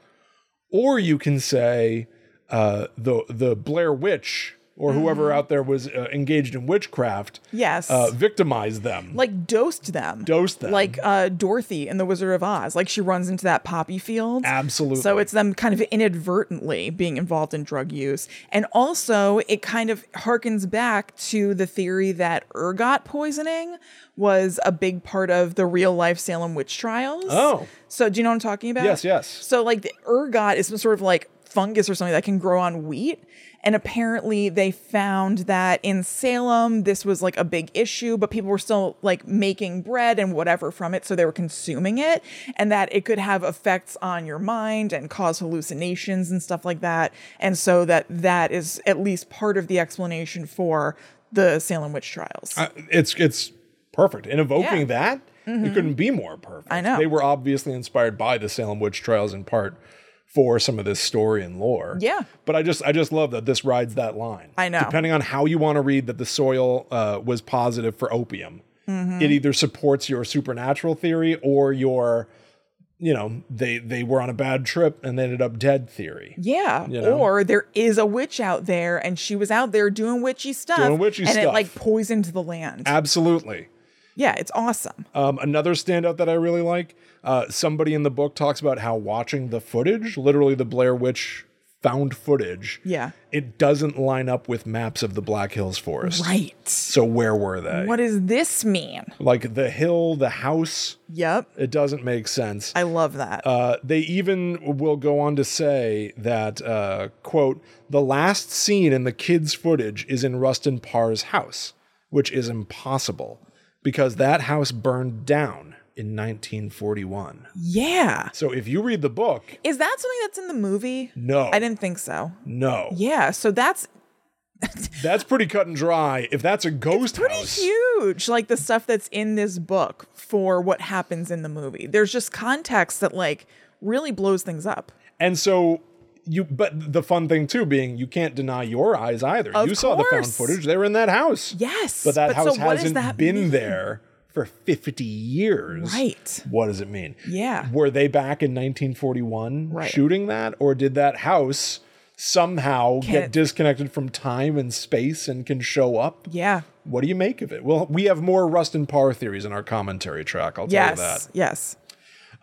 Speaker 1: or you can say uh, the the Blair Witch or whoever out there was uh, engaged in witchcraft
Speaker 2: Yes.
Speaker 1: uh, victimized them.
Speaker 2: like dosed them.
Speaker 1: Dosed them.
Speaker 2: Like uh, Dorothy in The Wizard of Oz. Like she runs into that poppy field.
Speaker 1: Absolutely.
Speaker 2: So it's them kind of inadvertently being involved in drug use. And also, it kind of harkens back to the theory that ergot poisoning was a big part of the real life Salem witch trials.
Speaker 1: Oh.
Speaker 2: So do you know what I'm talking about?
Speaker 1: Yes, yes.
Speaker 2: So, like, the ergot is some sort of like fungus or something that can grow on wheat. And apparently, they found that in Salem, this was like a big issue, but people were still like making bread and whatever from it. So they were consuming it, and that it could have effects on your mind and cause hallucinations and stuff like that. And so, that that is at least part of the explanation for the Salem witch trials.
Speaker 1: Uh, it's it's perfect in evoking
Speaker 2: Yeah. Mm-hmm.
Speaker 1: that. It couldn't be more perfect.
Speaker 2: I know.
Speaker 1: They were obviously inspired by the Salem witch trials in part for some of this story and lore.
Speaker 2: Yeah.
Speaker 1: But I just I just love that this rides that line.
Speaker 2: I know.
Speaker 1: Depending on how you want to read that the soil uh, was positive for opium,
Speaker 2: Mm-hmm.
Speaker 1: it either supports your supernatural theory or your you know, they they were on a bad trip and they ended up dead theory.
Speaker 2: Yeah.
Speaker 1: know?
Speaker 2: Or there is a witch out there and she was out there doing witchy stuff.
Speaker 1: Doing witchy
Speaker 2: and
Speaker 1: stuff.
Speaker 2: it like poisoned the land.
Speaker 1: Absolutely.
Speaker 2: yeah, it's awesome.
Speaker 1: Um, another standout that I really like uh, somebody in the book talks about how watching the footage, literally the Blair Witch found footage,
Speaker 2: Yeah.
Speaker 1: it doesn't line up with maps of the Black Hills Forest.
Speaker 2: Right.
Speaker 1: So where were they?
Speaker 2: What does this mean?
Speaker 1: like the hill, the house,
Speaker 2: Yep.
Speaker 1: it doesn't make sense.
Speaker 2: I love that.
Speaker 1: Uh, they even will go on to say that, uh, quote, the last scene in the kids' footage is in Rustin Parr's house, which is impossible because that house burned down in 1941.
Speaker 2: yeah.
Speaker 1: So if you read the book,
Speaker 2: Is that something that's in the movie?
Speaker 1: no,
Speaker 2: I didn't think so.
Speaker 1: no,
Speaker 2: Yeah. So that's
Speaker 1: that's pretty cut and dry. If that's a ghost
Speaker 2: pretty
Speaker 1: house,
Speaker 2: huge. Like the stuff that's in this book for what happens in the movie. There's just context that like really blows things up.
Speaker 1: and so you, but the fun thing too being you can't deny your eyes either. you saw the found
Speaker 2: course.
Speaker 1: footage; they were in that house.
Speaker 2: Yes.
Speaker 1: But that house
Speaker 2: so what does
Speaker 1: hasn't
Speaker 2: that
Speaker 1: been
Speaker 2: mean?
Speaker 1: there for 50 years.
Speaker 2: Right.
Speaker 1: What does it mean?
Speaker 2: Yeah.
Speaker 1: Were they back in 1941
Speaker 2: Right.
Speaker 1: shooting that? Or did that house somehow get
Speaker 2: it-
Speaker 1: disconnected from time and space and can show up?
Speaker 2: Yeah.
Speaker 1: What do you make of it? Well, we have more Rust and Parr theories in our commentary track. I'll tell you that.
Speaker 2: Yes.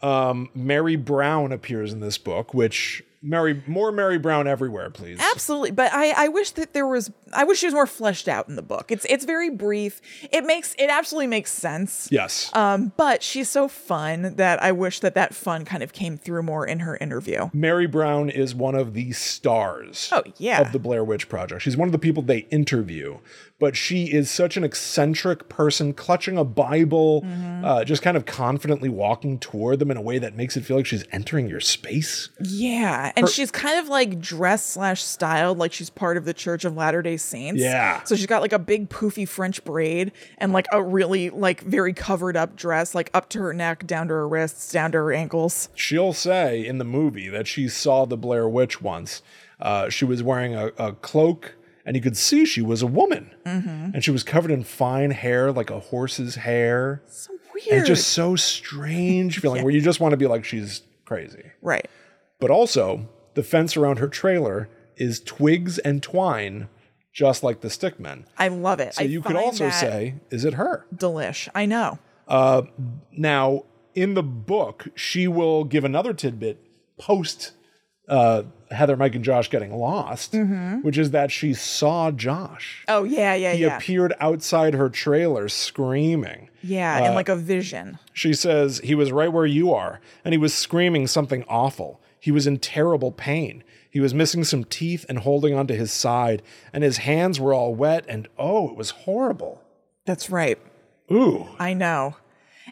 Speaker 2: Yes.
Speaker 1: Mary Brown appears in this book, which Mary, more Mary Brown everywhere, please.
Speaker 2: Absolutely, but I, I wish that there was I wish she was more fleshed out in the book. It's it's very brief. It makes it absolutely makes sense.
Speaker 1: Yes.
Speaker 2: Um, but she's so fun that I wish that that fun kind of came through more in her interview.
Speaker 1: Mary Brown is one of the stars
Speaker 2: Oh, yeah.
Speaker 1: of the Blair Witch Project. She's one of the people they interview, but she is such an eccentric person, clutching a Bible,
Speaker 2: Mm-hmm.
Speaker 1: uh, just kind of confidently walking toward them in a way that makes it feel like she's entering your space.
Speaker 2: Yeah, and she's kind of like dressed slash styled like she's part of the Church of Latter Day Saints.
Speaker 1: Yeah.
Speaker 2: So she's got like a big poofy French braid and like a really like very covered up dress, like up to her neck, down to her wrists, down to her ankles.
Speaker 1: She'll say in the movie that she saw the Blair Witch once. Uh, she was wearing a, a cloak, and you could see she was a woman,
Speaker 2: Mm-hmm.
Speaker 1: and she was covered in fine hair like a horse's hair.
Speaker 2: So
Speaker 1: And
Speaker 2: weird.
Speaker 1: it's just so strange feeling where you just want to be like she's crazy.
Speaker 2: right.
Speaker 1: But also, the fence around her trailer is twigs and twine, just like the stickmen.
Speaker 2: I love it.
Speaker 1: So you could also say, is it her?
Speaker 2: delish. I know.
Speaker 1: Now, in the book, she will give another tidbit post uh, Heather, Mike, and Josh getting lost, which is that she saw Josh.
Speaker 2: Oh yeah, yeah,
Speaker 1: He
Speaker 2: Mm-hmm. yeah.
Speaker 1: appeared outside her trailer screaming.
Speaker 2: yeah, and like a vision.
Speaker 1: She says, He was right where you are, and he was screaming something awful. He was in terrible pain. He was missing some teeth and holding onto his side, and his hands were all wet, and oh, it was horrible.
Speaker 2: That's right.
Speaker 1: Ooh.
Speaker 2: I know.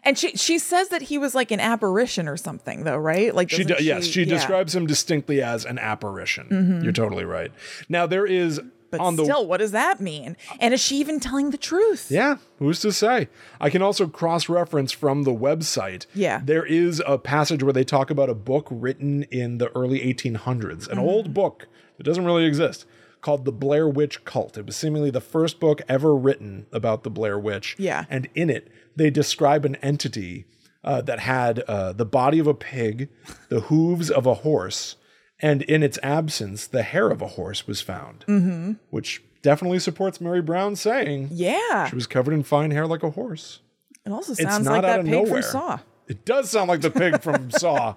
Speaker 2: And she she says that he was like an apparition or something though, right? Like
Speaker 1: She
Speaker 2: doesn't
Speaker 1: do, yes, she
Speaker 2: yeah. Mm-hmm.
Speaker 1: describes him distinctly as an apparition. You're totally right. Now there is
Speaker 2: But
Speaker 1: on the
Speaker 2: still, what does that mean? And is she even telling the truth?
Speaker 1: Yeah, who's to say? I can also cross reference from the website.
Speaker 2: Yeah.
Speaker 1: There is a passage where they talk about a book written in the early 1800s,
Speaker 2: Mm-hmm.
Speaker 1: an old book that doesn't really exist called The Blair Witch Cult. It was seemingly the first book ever written about the Blair Witch.
Speaker 2: Yeah.
Speaker 1: And in it, they describe an entity uh, that had uh, the body of a pig, the hooves of a horse, and in its absence, the hair of a horse was found, mm-hmm. which definitely supports Mary Brown saying
Speaker 2: Yeah.
Speaker 1: she was covered in fine hair like a horse.
Speaker 2: It also sounds
Speaker 1: not
Speaker 2: like
Speaker 1: out
Speaker 2: that
Speaker 1: of
Speaker 2: pig
Speaker 1: nowhere.
Speaker 2: from Saw.
Speaker 1: It does sound like the pig from Saw.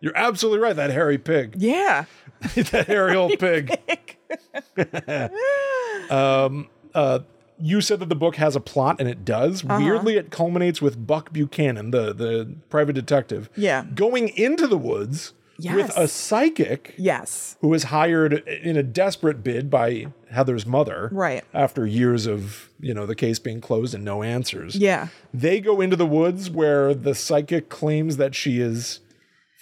Speaker 1: You're absolutely right, that hairy pig.
Speaker 2: Yeah.
Speaker 1: that hairy old pig. Um, uh, You said that the book has a plot, and it does.
Speaker 2: Uh-huh.
Speaker 1: Weirdly, it culminates with Buck Buchanan, the, the private detective,
Speaker 2: Yeah.
Speaker 1: going into the woods with
Speaker 2: Yes.
Speaker 1: a psychic
Speaker 2: yes.
Speaker 1: who was hired in a desperate bid by Heather's mother.
Speaker 2: Right.
Speaker 1: After years of, you know, the case being closed and no answers.
Speaker 2: Yeah.
Speaker 1: They go into the woods where the psychic claims that she is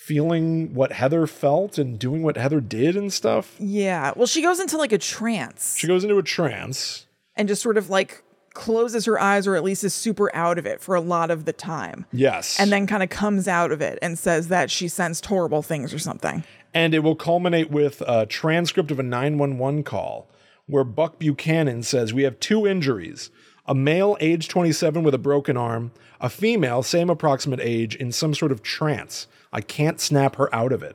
Speaker 1: feeling what Heather felt and doing what Heather did and stuff.
Speaker 2: Yeah. Well, she goes into like a trance
Speaker 1: She goes into a trance.
Speaker 2: and just sort of like closes her eyes or at least is super out of it for a lot of the time.
Speaker 1: Yes.
Speaker 2: And then kind of comes out of it and says that she sensed horrible things or something.
Speaker 1: and it will culminate with a transcript of a 911 call where Buck Buchanan says, We have two injuries a male, age 27, with a broken arm, a female, same approximate age, in some sort of trance. I can't snap her out of it.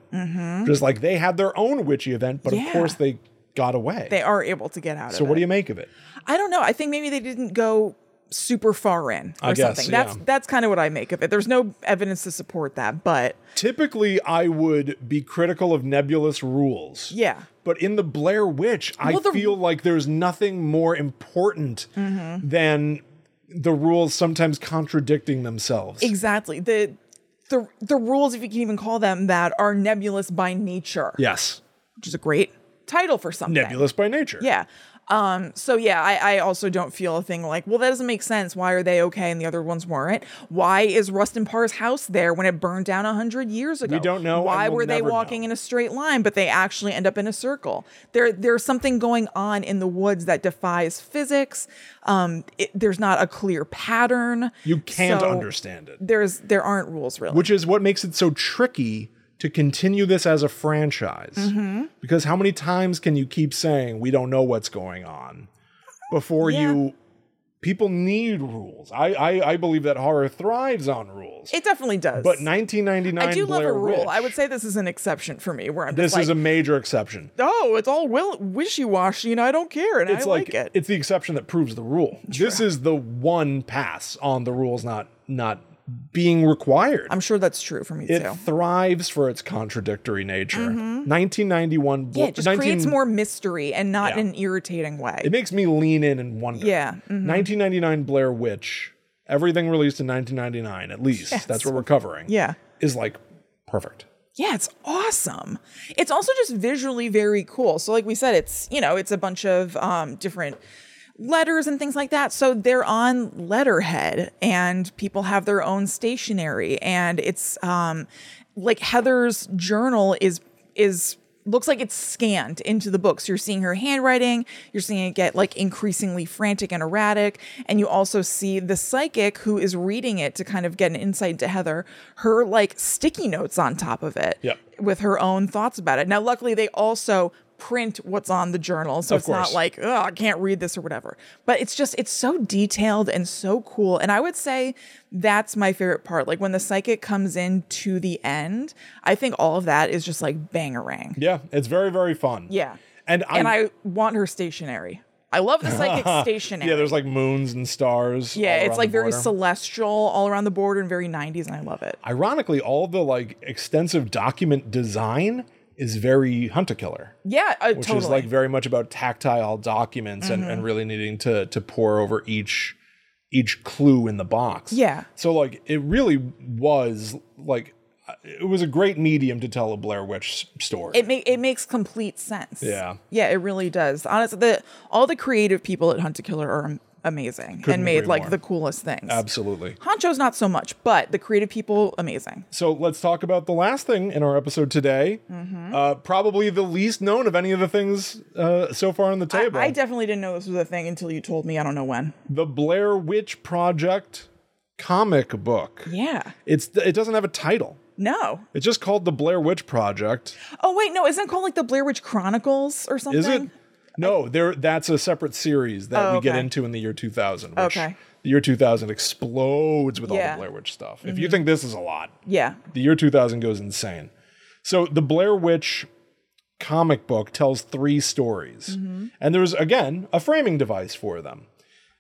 Speaker 1: Just like they had their own witchy event, but of
Speaker 2: Mm-hmm. Yeah.
Speaker 1: course they got away.
Speaker 2: They are able to get out
Speaker 1: so,
Speaker 2: of
Speaker 1: what
Speaker 2: it.
Speaker 1: do you make of it?
Speaker 2: I don't know. I think maybe they didn't go super far in or
Speaker 1: I guess,
Speaker 2: something. That's
Speaker 1: yeah.
Speaker 2: that's kind of what I make of it. There's no evidence to support that, but
Speaker 1: Typically, I would be critical of nebulous rules.
Speaker 2: yeah.
Speaker 1: But in the Blair Witch, I
Speaker 2: Well, the-
Speaker 1: feel like there's nothing more important
Speaker 2: Mm-hmm.
Speaker 1: than the rules sometimes contradicting themselves.
Speaker 2: Exactly. The the the rules, if you can even call them that, are nebulous by nature,
Speaker 1: yes.
Speaker 2: which is a great title for something.
Speaker 1: Nebulous by nature.
Speaker 2: Yeah. Um, so yeah, I, I also don't feel a thing like, well, that doesn't make sense. Why are they okay and the other ones weren't? Why is Rustin Parr's house there when it burned down a hundred years ago? We
Speaker 1: don't know,
Speaker 2: Why
Speaker 1: and we'll
Speaker 2: were they
Speaker 1: never
Speaker 2: walking
Speaker 1: know.
Speaker 2: in a straight line, but they actually end up in a circle? There, there's something going on in the woods that defies physics. Um, it, there's not a clear pattern.
Speaker 1: You can't
Speaker 2: So
Speaker 1: understand it,
Speaker 2: There's there aren't rules really.
Speaker 1: which is what makes it so tricky to continue this as a franchise.
Speaker 2: Mm-hmm.
Speaker 1: Because how many times can you keep saying, we don't know what's going on before
Speaker 2: Yeah.
Speaker 1: you. People need rules. I, I I believe that horror thrives on rules.
Speaker 2: it definitely does.
Speaker 1: But 1999
Speaker 2: I do
Speaker 1: Blair
Speaker 2: love a rule.
Speaker 1: Witch,
Speaker 2: I would say this is an exception for me, where I'm
Speaker 1: this
Speaker 2: just like,
Speaker 1: is a major exception.
Speaker 2: oh, it's all will- wishy washy and I don't care and
Speaker 1: It's
Speaker 2: I
Speaker 1: like,
Speaker 2: like, it.
Speaker 1: it's the exception that proves the rule. This is the one pass on the rules not not being required.
Speaker 2: I'm sure that's true for me
Speaker 1: it
Speaker 2: too.
Speaker 1: thrives for its contradictory nature. 1991 bl-
Speaker 2: Mm-hmm. Yeah, it just
Speaker 1: 19
Speaker 2: creates more mystery and not
Speaker 1: Yeah.
Speaker 2: in an irritating way.
Speaker 1: It makes me lean in and wonder.
Speaker 2: Yeah, mm-hmm.
Speaker 1: 1999 Blair Witch. Everything released in 1999 at least. That's what we're covering.
Speaker 2: yeah.
Speaker 1: Is like perfect.
Speaker 2: Yeah, it's awesome. It's also just visually very cool. So like we said it's, you know, it's a bunch of um different letters and things like that. So they're on letterhead and people have their own stationery and it's um like Heather's journal is is looks like it's scanned into the books. You're seeing her handwriting, you're seeing it get like increasingly frantic and erratic, and you also see the psychic who is reading it to kind of get an insight into Heather, her like sticky notes on top of it
Speaker 1: Yep.
Speaker 2: with her own thoughts about it. Now luckily they also print what's on the journal so
Speaker 1: Of
Speaker 2: it's
Speaker 1: course.
Speaker 2: not like oh I can't read this or whatever. But it's just it's so detailed and so cool and I would say that's my favorite part. Like when the psychic comes in to the end, I think all of that is just like bangerang.
Speaker 1: Yeah, it's very very fun.
Speaker 2: Yeah.
Speaker 1: And I,
Speaker 2: and I want her stationary. I love the psychic stationary.
Speaker 1: yeah, there's like moons and stars.
Speaker 2: Yeah,
Speaker 1: all around
Speaker 2: it's like
Speaker 1: the
Speaker 2: very
Speaker 1: border.
Speaker 2: celestial all around the border and very 90s, and I love it.
Speaker 1: Ironically, all the like extensive document design is very hunter killer.
Speaker 2: Yeah, uh,
Speaker 1: which
Speaker 2: totally. Mm-hmm.
Speaker 1: is like very much about tactile documents and, and really needing to to pour over each each clue in the box.
Speaker 2: Yeah.
Speaker 1: So like it really was like uh, it was a great medium to tell a Blair Witch s- story.
Speaker 2: it, ma- it makes complete sense.
Speaker 1: Yeah.
Speaker 2: Yeah, it really does. Honestly, the, all the creative people at Hunter Killer are am- amazing
Speaker 1: Couldn't
Speaker 2: and made
Speaker 1: agree
Speaker 2: like
Speaker 1: more.
Speaker 2: the coolest things.
Speaker 1: Absolutely.
Speaker 2: Honcho's not so much, but the creative people, amazing.
Speaker 1: So let's talk about the last thing in our episode today.
Speaker 2: Mm-hmm.
Speaker 1: Uh, probably the least known of any of the things uh, so far on the
Speaker 2: I-
Speaker 1: table.
Speaker 2: I definitely didn't know this was a thing until you told me. I don't know when.
Speaker 1: the Blair Witch Project comic book.
Speaker 2: Yeah.
Speaker 1: It's it doesn't have a title.
Speaker 2: No.
Speaker 1: It's just called the Blair Witch Project.
Speaker 2: Oh, wait, no. Isn't it called like the Blair Witch Chronicles or something?
Speaker 1: Is it? No, there. That's a separate series that
Speaker 2: Oh,
Speaker 1: we get
Speaker 2: okay.
Speaker 1: into in the year 2000. Which
Speaker 2: Okay.
Speaker 1: The year 2000 explodes with all
Speaker 2: Yeah. Mm-hmm.
Speaker 1: the Blair Witch stuff. If you think this is a lot,
Speaker 2: Yeah.
Speaker 1: the year 2000 goes insane. So the Blair Witch comic book tells three stories,
Speaker 2: Mm-hmm.
Speaker 1: and there was again a framing device for them.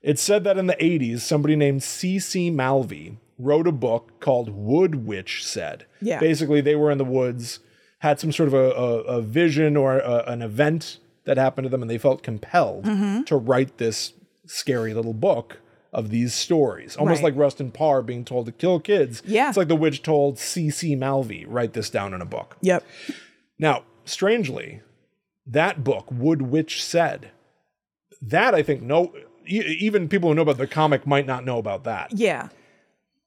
Speaker 1: It said that in the 80s, somebody named C.C. Malvey wrote a book called Wood Witch Said.
Speaker 2: Yeah.
Speaker 1: Basically, they were in the woods, had some sort of a, a, a vision or a- an event that happened to them, and they felt compelled
Speaker 2: Mm-hmm.
Speaker 1: to write this scary little book of these stories. Almost
Speaker 2: Right.
Speaker 1: like Rustin Parr being told to kill kids.
Speaker 2: Yeah.
Speaker 1: It's like the witch told C.C. Malvey, write this down in a book.
Speaker 2: Yep.
Speaker 1: Now, strangely, that book, Wood Witch Said, that I think no, e- even people who know about the comic might not know about that.
Speaker 2: Yeah.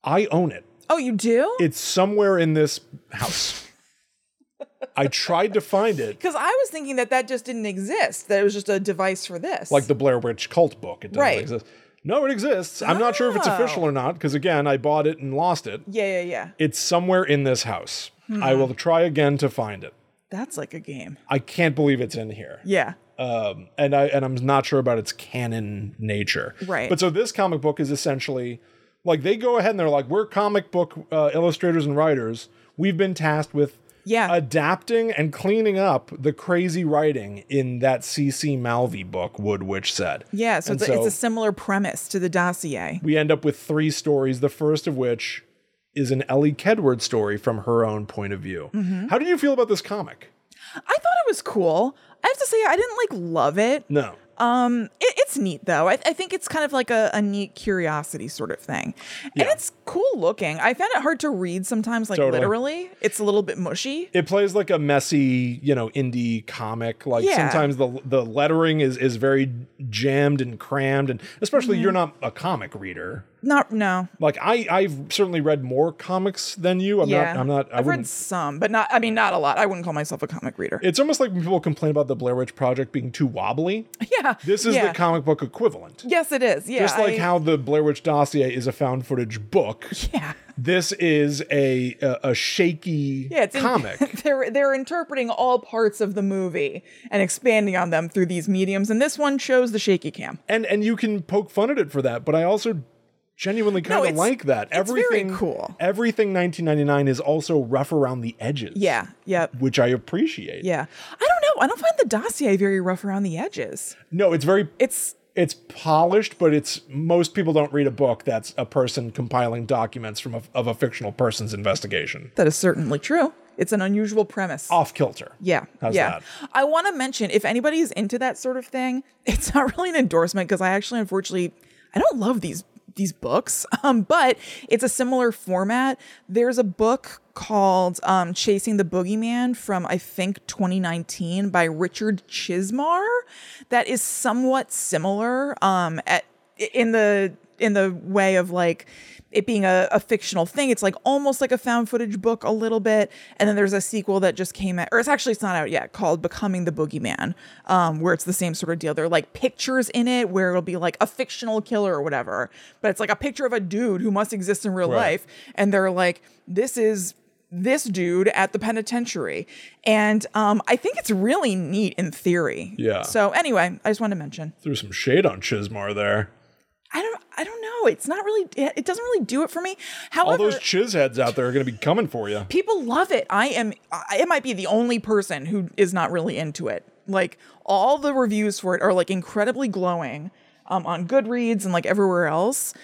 Speaker 1: I own it.
Speaker 2: Oh, you do?
Speaker 1: It's somewhere in this house. I tried to find it,
Speaker 2: Because I was thinking that that just didn't exist. That it was just a device for this.
Speaker 1: like the Blair Witch cult book. It doesn't
Speaker 2: Right.
Speaker 1: exist. No, it exists. I'm not sure if it's
Speaker 2: Oh.
Speaker 1: official or not, because again, I bought it and lost it.
Speaker 2: yeah, yeah, yeah.
Speaker 1: It's somewhere in this house.
Speaker 2: Hmm.
Speaker 1: I will try again to find it.
Speaker 2: That's like a game.
Speaker 1: I can't believe it's in here.
Speaker 2: Yeah.
Speaker 1: um, and I and I'm not sure about its canon nature.
Speaker 2: Right.
Speaker 1: But so this comic book is essentially like they go ahead and they're like, we're comic book uh, illustrators and writers. We've been tasked with
Speaker 2: Yeah.
Speaker 1: adapting and cleaning up the crazy writing in that C.C. Malvey book. Wood Witch said.
Speaker 2: yeah. So
Speaker 1: And
Speaker 2: it's, a, it's a similar premise to the dossier.
Speaker 1: we end up with three stories. The first of which is an Ellie Kedward story from her own point of view.
Speaker 2: Mm-hmm.
Speaker 1: How did you feel about this comic?
Speaker 2: I thought it was cool. I have to say, I didn't like love it. Um,
Speaker 1: No.
Speaker 2: it it's neat though. I, I think it's kind of like a, a neat curiosity sort of thing. And
Speaker 1: Yeah.
Speaker 2: it's cool looking. I found it hard to read sometimes, like
Speaker 1: Totally.
Speaker 2: literally. It's a little bit mushy.
Speaker 1: it plays like a messy, you know, indie comic. Like
Speaker 2: Yeah.
Speaker 1: sometimes the the lettering is is very jammed and crammed, and especially you're
Speaker 2: Mm-hmm.
Speaker 1: not a comic reader.
Speaker 2: Not, no.
Speaker 1: Like I I've certainly read more comics than you. I'm
Speaker 2: yeah.
Speaker 1: not I'm not I
Speaker 2: I've read
Speaker 1: wouldn't.
Speaker 2: some, but not, I mean, not a lot. I wouldn't call myself a comic reader.
Speaker 1: It's almost like when people complain about the Blair Witch Project being too wobbly.
Speaker 2: yeah.
Speaker 1: This is
Speaker 2: yeah.
Speaker 1: the comic book equivalent.
Speaker 2: Yes, it is. Yeah.
Speaker 1: Just like
Speaker 2: I-
Speaker 1: how the Blair Witch Dossier is a found footage book,
Speaker 2: Yeah.
Speaker 1: this is a a, a shaky
Speaker 2: Yeah, it's in-
Speaker 1: comic.
Speaker 2: they're they're interpreting all parts of the movie and expanding on them through these mediums. And this one shows the shaky cam.
Speaker 1: and and you can poke fun at it for that but i also genuinely kind of
Speaker 2: it's-
Speaker 1: like that
Speaker 2: it's very
Speaker 1: everything
Speaker 2: cool.
Speaker 1: everything 1999 is also rough around the edges
Speaker 2: Yeah. Yep.
Speaker 1: which i appreciate
Speaker 2: Yeah. I don't know. I don't find the dossier very rough around the edges.
Speaker 1: no it's very
Speaker 2: It's
Speaker 1: it's polished, but it's most people don't read a book that's a person compiling documents from a, of a fictional person's investigation.
Speaker 2: That is certainly true. It's an unusual premise.
Speaker 1: Off kilter.
Speaker 2: Yeah.
Speaker 1: How's
Speaker 2: yeah.
Speaker 1: that?
Speaker 2: I want to mention if anybody's into that sort of thing, it's not really an endorsement because I actually unfortunately I don't love these these books. Um, but it's a similar format. There's a book called um, Chasing the Boogeyman from I think 2019 by Richard Chismar that is somewhat similar um at in the in the way of like it being a, a fictional thing. It's like almost like a found footage book a little bit. And then there's a sequel that just came out, or it's actually it's not out yet, called Becoming the Boogeyman, um, where it's the same sort of deal. There are like pictures in it where it'll be like a fictional killer or whatever, but it's like a picture of a dude who must exist in real
Speaker 1: Right.
Speaker 2: life. And they're like, this is this dude at the penitentiary. And um, I think it's really neat in theory.
Speaker 1: Yeah.
Speaker 2: So anyway, I just wanted to mention.
Speaker 1: Threw some shade on Chismar there.
Speaker 2: I don't I don't know. It's not really it it doesn't really do it for me. However,
Speaker 1: All those chiz heads out there are going to be coming for you.
Speaker 2: people love it. I am. I, it might be the only person who is not really into it. Like all the reviews for it are like incredibly glowing um, on Goodreads and like everywhere else.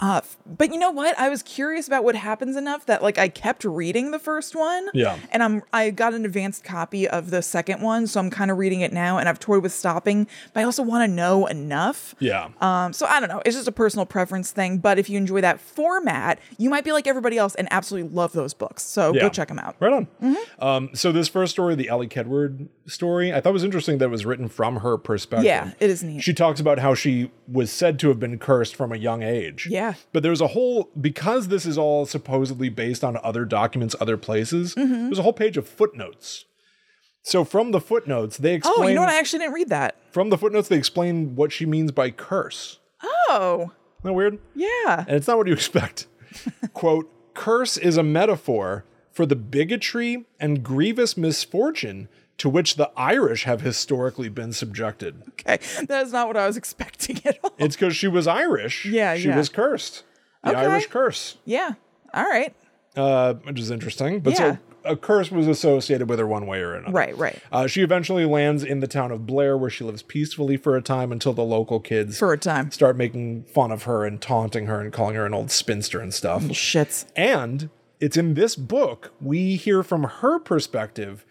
Speaker 2: Uh, f- but you know what? I was curious about what happens enough that like I kept reading the first one.
Speaker 1: Yeah.
Speaker 2: And I'm I got an advanced copy of the second one, so I'm kind of reading it now, and I've toyed with stopping, but I also want to know enough.
Speaker 1: Yeah.
Speaker 2: Um, so I don't know. It's just a personal preference thing. But if you enjoy that format, you might be like everybody else and absolutely love those books. So
Speaker 1: Yeah.
Speaker 2: go check them out. Mm-hmm.
Speaker 1: Right on. Um, so this first story, the Ellie Kedward story, I thought was interesting that it was written from her perspective.
Speaker 2: Yeah, it is neat.
Speaker 1: She talks about how she was said to have been cursed from a young age.
Speaker 2: Yeah.
Speaker 1: But there's a whole because this is all supposedly based on other documents, other places.
Speaker 2: Mm-hmm.
Speaker 1: There's a whole page of footnotes. So from the footnotes, they
Speaker 2: oh,
Speaker 1: explain
Speaker 2: you know what? I actually didn't read that.
Speaker 1: from the footnotes they explain what she means by curse.
Speaker 2: Oh,
Speaker 1: Isn't that weird?
Speaker 2: yeah.
Speaker 1: and it's not what you expect. Quote, curse is a metaphor for the bigotry and grievous misfortune to which the Irish have historically been subjected.
Speaker 2: Okay. That is not what I was expecting at all.
Speaker 1: It's because she was Irish.
Speaker 2: Yeah,
Speaker 1: She
Speaker 2: yeah.
Speaker 1: was cursed. The
Speaker 2: Okay.
Speaker 1: Irish curse,
Speaker 2: Yeah. All right.
Speaker 1: uh, which is interesting. But
Speaker 2: Yeah.
Speaker 1: so a curse was associated with her one way or another.
Speaker 2: Right, right.
Speaker 1: Uh, she eventually lands in the town of Blair, where she lives peacefully for a time until the local kids
Speaker 2: For a time.
Speaker 1: start making fun of her and taunting her and calling her an old spinster and stuff.
Speaker 2: Shits.
Speaker 1: And it's in this book we hear from her perspective.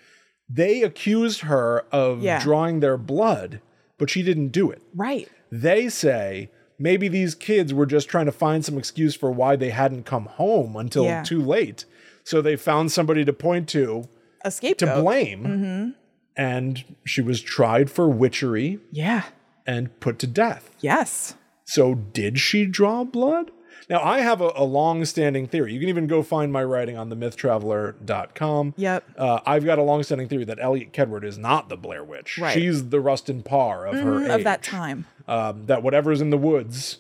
Speaker 1: They accused her of
Speaker 2: Yeah.
Speaker 1: drawing their blood, but she didn't do it.
Speaker 2: Right.
Speaker 1: They say maybe these kids were just trying to find some excuse for why they hadn't come home until
Speaker 2: Yeah.
Speaker 1: too late. So they found somebody to point to
Speaker 2: A
Speaker 1: to
Speaker 2: scapegoat.
Speaker 1: blame.
Speaker 2: Mm-hmm.
Speaker 1: And she was tried for witchery
Speaker 2: Yeah.
Speaker 1: and put to death.
Speaker 2: Yes.
Speaker 1: So did she draw blood? Now I have a, a long-standing theory. You can even go find my writing on themythtraveler.com.
Speaker 2: Yep.
Speaker 1: Uh, I've got a long-standing theory that Elliot Kedward is not the Blair Witch.
Speaker 2: Right. Mm,
Speaker 1: She's the Rustin Parr of her age.
Speaker 2: Of that time.
Speaker 1: Um, that whatever's in the woods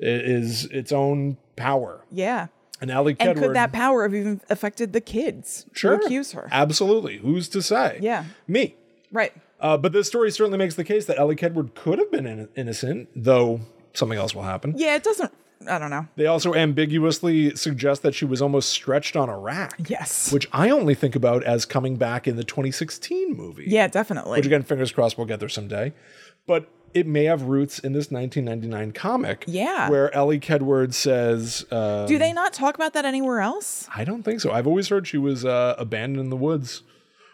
Speaker 1: i- is its own power.
Speaker 2: Yeah.
Speaker 1: And Elliot
Speaker 2: And
Speaker 1: Kedward.
Speaker 2: could that power have even affected the kids
Speaker 1: Sure.
Speaker 2: to accuse her?
Speaker 1: Absolutely. Who's to say?
Speaker 2: Yeah.
Speaker 1: Me.
Speaker 2: Right.
Speaker 1: Uh, but this story certainly makes the case that Ellie Kedward could have been in- innocent, though something else will happen.
Speaker 2: Yeah, it doesn't. I don't know.
Speaker 1: They also ambiguously suggest that she was almost stretched on a rack.
Speaker 2: Yes.
Speaker 1: Which I only think about as coming back in the 2016 movie.
Speaker 2: yeah, definitely.
Speaker 1: Which again, fingers crossed we'll get there someday. But it may have roots in this 1999 comic.
Speaker 2: Yeah.
Speaker 1: Where Ellie Kedward says, uh,
Speaker 2: Do they not talk about that anywhere else?
Speaker 1: I don't think so. I've always heard she was uh, abandoned in the woods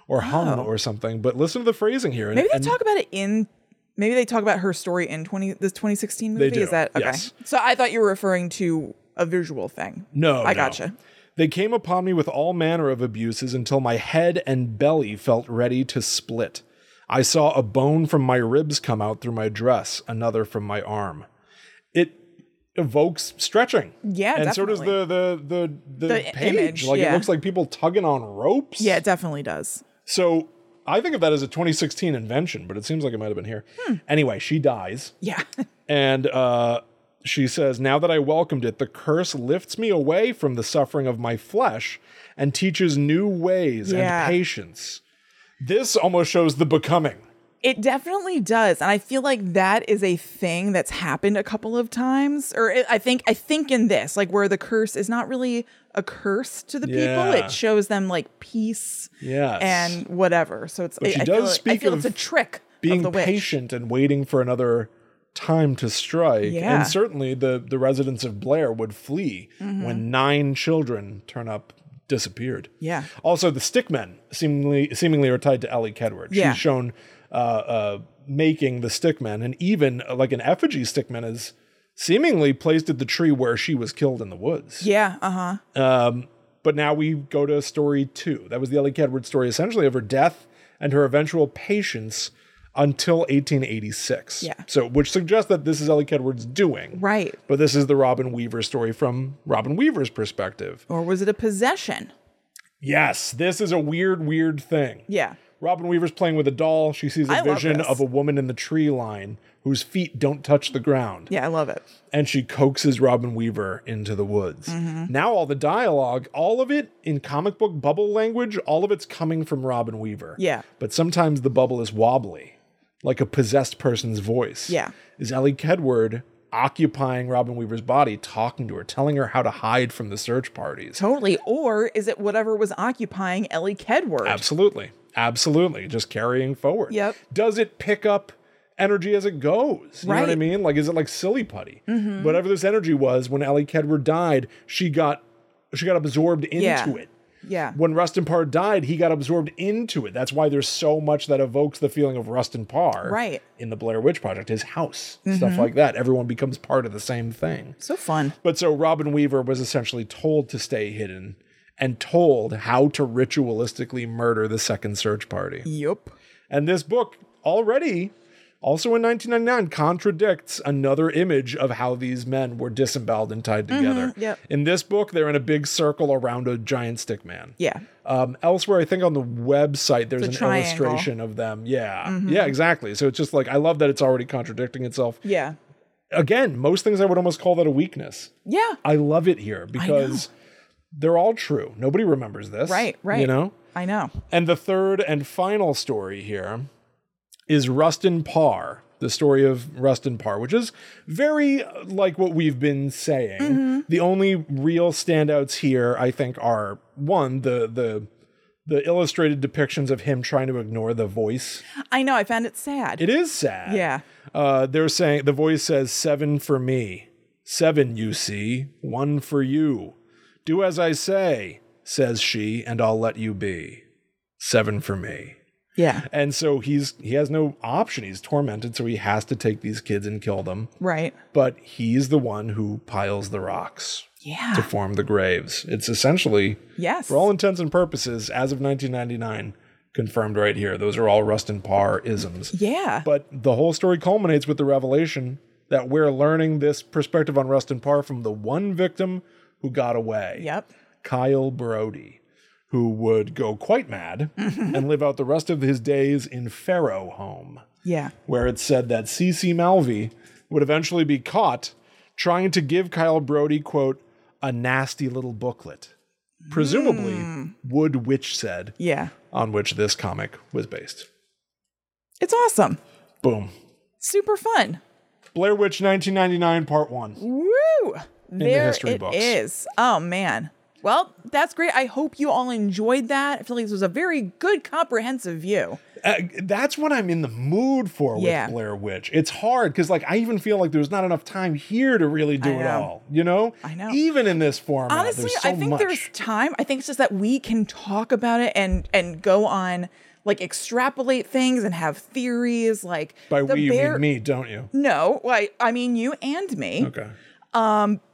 Speaker 1: or hung or something. But listen to the phrasing here. and-
Speaker 2: Oh. Maybe they
Speaker 1: and-
Speaker 2: talk about it in. Maybe they talk about her story in twenty the twenty sixteen movie.
Speaker 1: do,
Speaker 2: Is that okay?
Speaker 1: yes.
Speaker 2: So I thought you were referring to a visual thing.
Speaker 1: No,
Speaker 2: I
Speaker 1: no.
Speaker 2: gotcha.
Speaker 1: They came upon me with all manner of abuses until my head and belly felt ready to split. I saw a bone from my ribs come out through my dress, another from my arm. It evokes stretching.
Speaker 2: Yeah,
Speaker 1: and so does the
Speaker 2: definitely.
Speaker 1: the the the,
Speaker 2: The
Speaker 1: page.
Speaker 2: image,
Speaker 1: like it
Speaker 2: yeah.
Speaker 1: looks like people tugging on ropes.
Speaker 2: Yeah, it definitely does.
Speaker 1: So I think of that as a 2016 invention, but it seems like it might have been here.
Speaker 2: Hmm.
Speaker 1: Anyway, she dies.
Speaker 2: Yeah,
Speaker 1: And uh, she says, Now that I welcomed it, the curse lifts me away from the suffering of my flesh and teaches new ways
Speaker 2: Yeah.
Speaker 1: and patience. This almost shows the becoming.
Speaker 2: it definitely does, and I feel like that is a thing that's happened a couple of times. Or it, I think I think in this, like where the curse is not really a curse to the people,
Speaker 1: Yeah.
Speaker 2: it shows them like peace
Speaker 1: Yes.
Speaker 2: and whatever. So it's
Speaker 1: she
Speaker 2: I, I
Speaker 1: does
Speaker 2: feel like- I
Speaker 1: speak
Speaker 2: feel
Speaker 1: of
Speaker 2: it's a trick of
Speaker 1: being
Speaker 2: the witch.
Speaker 1: patient and waiting for another time to strike.
Speaker 2: Yeah. Mm-hmm.
Speaker 1: And certainly the, the residents of Blair would flee when nine children turn up disappeared.
Speaker 2: Yeah.
Speaker 1: Also, the stickmen seemingly seemingly are tied to Ellie Kedward.
Speaker 2: Yeah.
Speaker 1: She's shown uh, uh, making the stickmen, and even uh, like an effigy stickman is seemingly placed at the tree where she was killed in the woods.
Speaker 2: Yeah. Uh huh.
Speaker 1: But now we go to story two. That was the Ellie Kedward story, essentially of her death and her eventual patience until 1886.
Speaker 2: Yeah.
Speaker 1: So, which suggests that this is Ellie Kedward's doing.
Speaker 2: Right.
Speaker 1: But this is the Robin Weaver story from Robin Weaver's perspective.
Speaker 2: Or was it a possession?
Speaker 1: Yes, this is a weird, weird thing.
Speaker 2: Yeah.
Speaker 1: Robin Weaver's playing with a doll. She sees a
Speaker 2: I love
Speaker 1: vision
Speaker 2: this.
Speaker 1: of a woman in the tree line whose feet don't touch the ground.
Speaker 2: Yeah, I love it.
Speaker 1: And she coaxes Robin Weaver into the woods.
Speaker 2: Mm-hmm.
Speaker 1: Now, all the dialogue, all of it in comic book bubble language, all of it's coming from Robin Weaver.
Speaker 2: Yeah.
Speaker 1: But sometimes the bubble is wobbly, like a possessed person's voice.
Speaker 2: Yeah.
Speaker 1: Is Ellie Kedward occupying Robin Weaver's body, talking to her, telling her how to hide from the search parties?
Speaker 2: Totally. Or is it whatever was occupying Ellie Kedward?
Speaker 1: Absolutely. Absolutely. Just carrying forward.
Speaker 2: Yep.
Speaker 1: Does it pick up energy as it goes? You know what I
Speaker 2: Right.
Speaker 1: mean? Like, is it like silly putty? Whatever this energy was when Ellie Kedward died, she got she got absorbed into
Speaker 2: Yeah.
Speaker 1: it.
Speaker 2: yeah.
Speaker 1: When Rustin Parr died, he got absorbed into it. That's why there's so much that evokes the feeling of Rustin Parr
Speaker 2: Right. Mm-hmm.
Speaker 1: in the Blair Witch Project, his house, stuff like that. Everyone becomes part of the same thing.
Speaker 2: So fun.
Speaker 1: But so Robin Weaver was essentially told to stay hidden and told how to ritualistically murder the second search party.
Speaker 2: Yup.
Speaker 1: And this book already, also in 1999, contradicts another image of how these men were disemboweled and tied together.
Speaker 2: Mm-hmm. yep.
Speaker 1: In this book, they're in a big circle around a giant stick man.
Speaker 2: Yeah.
Speaker 1: Um, elsewhere, I think on the website, there's an
Speaker 2: It's a triangle. Mm-hmm.
Speaker 1: illustration of them. Yeah. Yeah, exactly. So it's just like, I love that it's already contradicting itself.
Speaker 2: Yeah.
Speaker 1: Again, most things I would almost call that a weakness.
Speaker 2: Yeah.
Speaker 1: I love it here because they're all true. Nobody remembers this.
Speaker 2: Right, right.
Speaker 1: You know?
Speaker 2: I know.
Speaker 1: And the third and final story here is Rustin Parr, the story of Rustin Parr, which is very uh, like what we've been saying.
Speaker 2: Mm-hmm.
Speaker 1: The only real standouts here, I think, are one, the the the illustrated depictions of him trying to ignore the voice.
Speaker 2: I know. I found it sad.
Speaker 1: It is sad.
Speaker 2: yeah.
Speaker 1: Uh, they're saying the voice says seven for me, seven you see, one for you. Do as I say, says she, and I'll let you be. Seven for me.
Speaker 2: Yeah.
Speaker 1: And so he's he has no option. He's tormented, so he has to take these kids and kill them.
Speaker 2: Right.
Speaker 1: But he's the one who piles the rocks to
Speaker 2: Yeah.
Speaker 1: form the graves. It's essentially,
Speaker 2: Yes.
Speaker 1: for all intents and purposes, as of 1999, confirmed right here. Those are all Rustin Parr isms.
Speaker 2: Yeah.
Speaker 1: But the whole story culminates with the revelation that we're learning this perspective on Rustin Parr from the one victim who got away,
Speaker 2: yep.
Speaker 1: Kyle Brody, who would go quite mad and live out the rest of his days in Faro home,
Speaker 2: Yeah.
Speaker 1: where it's said that C.C. Malvey would eventually be caught trying to give Kyle Brody, quote, a nasty little booklet. Presumably, Wood Witch said,
Speaker 2: Yeah.
Speaker 1: on which this comic was based.
Speaker 2: It's awesome.
Speaker 1: Boom.
Speaker 2: Super fun.
Speaker 1: Blair Witch 1999 part 1.
Speaker 2: Woo! There
Speaker 1: history
Speaker 2: it
Speaker 1: books.
Speaker 2: is. Oh man. Well, that's great. I hope you all enjoyed that. I feel like this was a very good comprehensive view.
Speaker 1: Uh, that's what I'm in the mood for with
Speaker 2: Yeah.
Speaker 1: Blair Witch. It's hard cuz like I even feel like there's not enough time here to really do
Speaker 2: I
Speaker 1: it
Speaker 2: know.
Speaker 1: all, you know?
Speaker 2: I know.
Speaker 1: Even in this format
Speaker 2: Honestly,
Speaker 1: there's so
Speaker 2: I think
Speaker 1: much.
Speaker 2: there's time. I think it's just that we can talk about it and and go on like extrapolate things and have theories like
Speaker 1: by
Speaker 2: the
Speaker 1: we you
Speaker 2: bear-
Speaker 1: mean me, don't you?
Speaker 2: No, well, I, I mean you and me.
Speaker 1: Okay.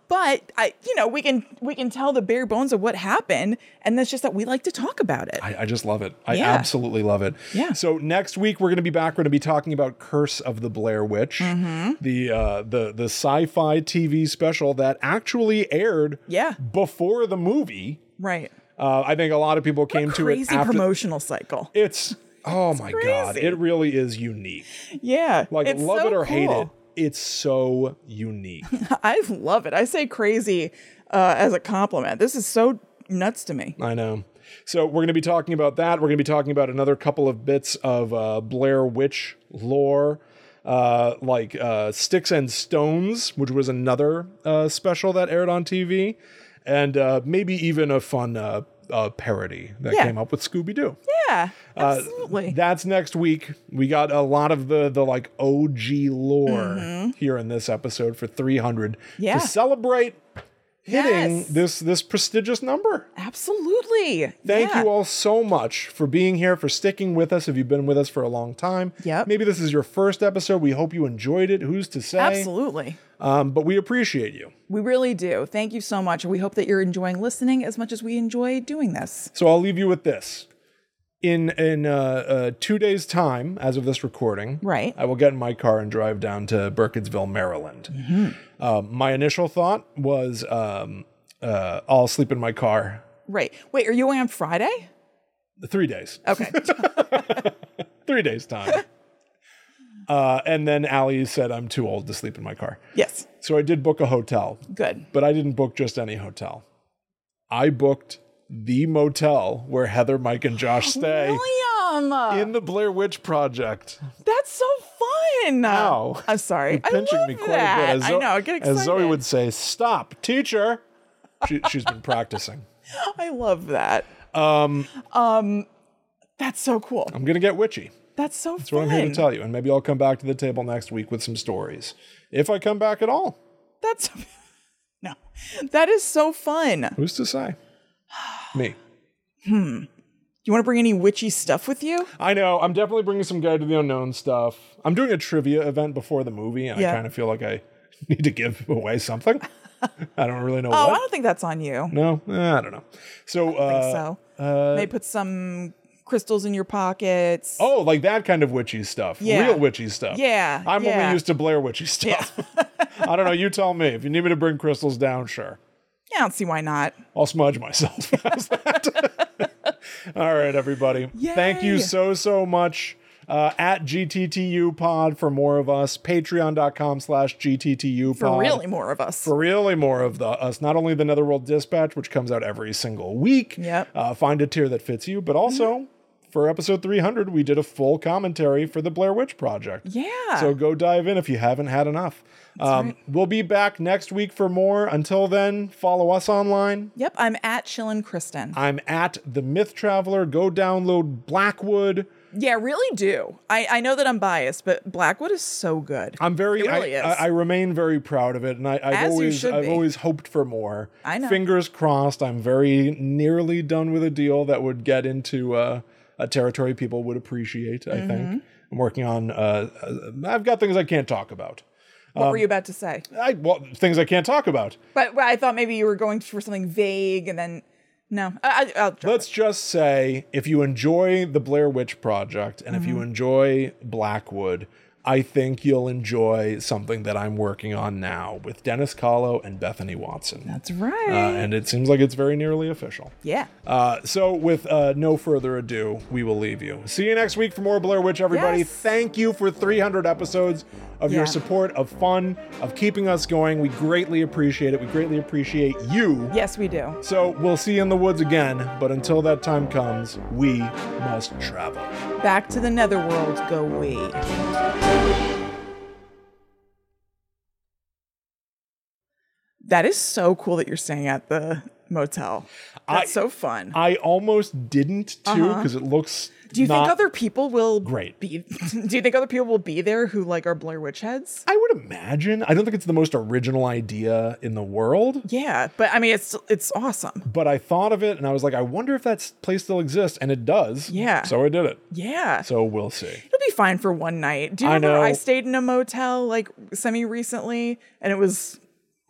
Speaker 2: But I you know, we can we can tell the bare bones of what happened and that's just that we like to talk about it.
Speaker 1: I, I just love it. I
Speaker 2: Yeah.
Speaker 1: absolutely love it.
Speaker 2: Yeah.
Speaker 1: So next week we're going to be back. We're going to be talking about Curse of the Blair Witch,
Speaker 2: Mm-hmm.
Speaker 1: the uh, the the sci-fi TV special that actually aired
Speaker 2: Yeah.
Speaker 1: before the movie.
Speaker 2: right.
Speaker 1: Uh, I think a lot of people came to it
Speaker 2: Crazy
Speaker 1: after
Speaker 2: promotional cycle.
Speaker 1: It's oh my god,
Speaker 2: crazy.
Speaker 1: it really is unique.
Speaker 2: Yeah.
Speaker 1: Like
Speaker 2: it's
Speaker 1: love
Speaker 2: so
Speaker 1: it or hate
Speaker 2: cool.
Speaker 1: it, it's so unique.
Speaker 2: I love it. I say crazy uh, as a compliment. This is so nuts to me.
Speaker 1: I know. So we're going to be talking about that. We're going to be talking about another couple of bits of uh, Blair Witch lore, uh, like uh, Sticks and Stones, which was another uh, special that aired on TV, and uh, maybe even a fun uh, a parody that
Speaker 2: Yeah.
Speaker 1: came up with Scooby Doo.
Speaker 2: Yeah,
Speaker 1: Uh,
Speaker 2: absolutely.
Speaker 1: That's next week. We got a lot of the the like OG lore here in this episode for 300
Speaker 2: Mm-hmm. Yeah.
Speaker 1: to celebrate hitting
Speaker 2: Yes.
Speaker 1: this this prestigious number.
Speaker 2: absolutely.
Speaker 1: Thank
Speaker 2: Yeah.
Speaker 1: you all so much for being here, for sticking with us. If you've been with us for a long time,
Speaker 2: Yep.
Speaker 1: maybe this is your first episode. We hope you enjoyed it. Who's to say?
Speaker 2: Absolutely.
Speaker 1: Um, but we appreciate you.
Speaker 2: We really do. Thank you so much. We hope that you're enjoying listening as much as we enjoy doing this.
Speaker 1: So I'll leave you with this. In in uh, uh, two days' time, as of this recording,
Speaker 2: Right.
Speaker 1: I will get in my car and drive down to Burkittsville, Maryland. Um, my initial thought was, um, uh, I'll sleep in my car.
Speaker 2: Right. Wait, are you away on Friday?
Speaker 1: Three days,
Speaker 2: Okay.
Speaker 1: three days time. uh, and then Allie said, "I'm too old to sleep in my car,"
Speaker 2: yes.
Speaker 1: so I did book a hotel,
Speaker 2: Good.
Speaker 1: but I didn't book just any hotel. I booked the motel where Heather, Mike, and Josh stay
Speaker 2: William,
Speaker 1: in the Blair Witch Project.
Speaker 2: that's so fun.
Speaker 1: Ow.
Speaker 2: I'm sorry.
Speaker 1: You're pinching
Speaker 2: I love
Speaker 1: me quite
Speaker 2: that.
Speaker 1: a bit. As
Speaker 2: I
Speaker 1: Zo-
Speaker 2: know. I Get excited.
Speaker 1: As Zoe would say, stop, teacher. She, she's been practicing.
Speaker 2: I love that. Um. Um. That's so cool.
Speaker 1: I'm going to get witchy.
Speaker 2: That's so
Speaker 1: That's what
Speaker 2: fun.
Speaker 1: I'm here to tell you. And maybe I'll come back to the table next week with some stories. If I come back at all,
Speaker 2: That's no. That is so fun.
Speaker 1: who's to say? Me.
Speaker 2: You want to bring any witchy stuff with you?
Speaker 1: I know. I'm definitely bringing some Guide to the Unknown stuff. I'm doing a trivia event before the movie, and
Speaker 2: Yeah.
Speaker 1: I kind of feel like I need to give away something. I don't really know
Speaker 2: Oh, I
Speaker 1: what.
Speaker 2: don't think that's on you.
Speaker 1: No, Eh, I don't know. So,
Speaker 2: I
Speaker 1: uh,
Speaker 2: think so. May put some crystals in your pockets.
Speaker 1: oh, like that kind of witchy stuff,
Speaker 2: Yeah.
Speaker 1: real witchy stuff.
Speaker 2: yeah.
Speaker 1: I'm
Speaker 2: yeah.
Speaker 1: only used to Blair Witchy stuff. I don't know. You tell me. If you need me to bring crystals down, sure.
Speaker 2: Yeah, I don't see why not.
Speaker 1: I'll smudge myself. How's that? All right, everybody. Thank
Speaker 2: Yay.
Speaker 1: you so, so much. Uh, at GTTU pod for more of us. Patreon.com slash GTTU pod.
Speaker 2: For really more of us.
Speaker 1: For really more of the us, not only the Netherworld Dispatch, which comes out every single week.
Speaker 2: Yep. Mm-hmm.
Speaker 1: Uh, find a tier that fits you, but also for episode 300, we did a full commentary for the Blair Witch Project.
Speaker 2: yeah.
Speaker 1: So go dive in if you haven't had enough. Um, We'll be back next week for more. Until then, follow us online.
Speaker 2: yep, I'm at Chillin' Kristen.
Speaker 1: I'm at the Myth Traveler. Go download Blackwood.
Speaker 2: yeah, really do. I, I know that I'm biased, but Blackwood is so good.
Speaker 1: I'm very.
Speaker 2: It really
Speaker 1: I,
Speaker 2: is.
Speaker 1: I, I remain very proud of it, and I, I've
Speaker 2: As you
Speaker 1: always,
Speaker 2: should
Speaker 1: I've
Speaker 2: be.
Speaker 1: always hoped for more.
Speaker 2: I know.
Speaker 1: Fingers crossed. I'm very nearly done with a deal that would get into uh, a territory people would appreciate. I
Speaker 2: Mm-hmm.
Speaker 1: think. I'm working on. Uh, uh, I've got things I can't talk about.
Speaker 2: what
Speaker 1: um,
Speaker 2: were you about to say?
Speaker 1: I well, things I can't talk about.
Speaker 2: But, but I thought maybe you were going for something vague and then no. I, I, I'll drop
Speaker 1: Let's just say if you enjoy the Blair Witch Project and
Speaker 2: Mm-hmm.
Speaker 1: if you enjoy Blackwood, I think you'll enjoy something that I'm working on now with Dennis Callow and Bethany Watson.
Speaker 2: That's
Speaker 1: Uh,
Speaker 2: right.
Speaker 1: and it seems like it's very nearly official.
Speaker 2: yeah.
Speaker 1: Uh, so, with uh, no further ado, we will leave you. See you next week for more Blair Witch, everybody.
Speaker 2: Yes.
Speaker 1: Thank you for 300 episodes of
Speaker 2: Yeah.
Speaker 1: your support, of fun, of keeping us going. We greatly appreciate it. We greatly appreciate you.
Speaker 2: Yes, we do.
Speaker 1: So we'll see you in the woods again, but until that time comes, we must travel.
Speaker 2: Back to the netherworld go we. That is so cool that you're staying at the motel. That's
Speaker 1: I-
Speaker 2: so fun.
Speaker 1: I almost didn't too because it looks.
Speaker 2: Uh-huh. do you
Speaker 1: not-
Speaker 2: think other people will
Speaker 1: great.
Speaker 2: Be, do you think other people will be there who like are Blair Witch heads?
Speaker 1: I would imagine. I don't think it's the most original idea in the world,
Speaker 2: Yeah, but I mean it's it's awesome.
Speaker 1: but I thought of it and I was like, I wonder if that s- place still exists, and it does.
Speaker 2: Yeah.
Speaker 1: So I did it.
Speaker 2: Yeah.
Speaker 1: So we'll see.
Speaker 2: It'll be fine for one night. Do you
Speaker 1: I
Speaker 2: remember I
Speaker 1: know.
Speaker 2: stayed in a motel like semi recently and it was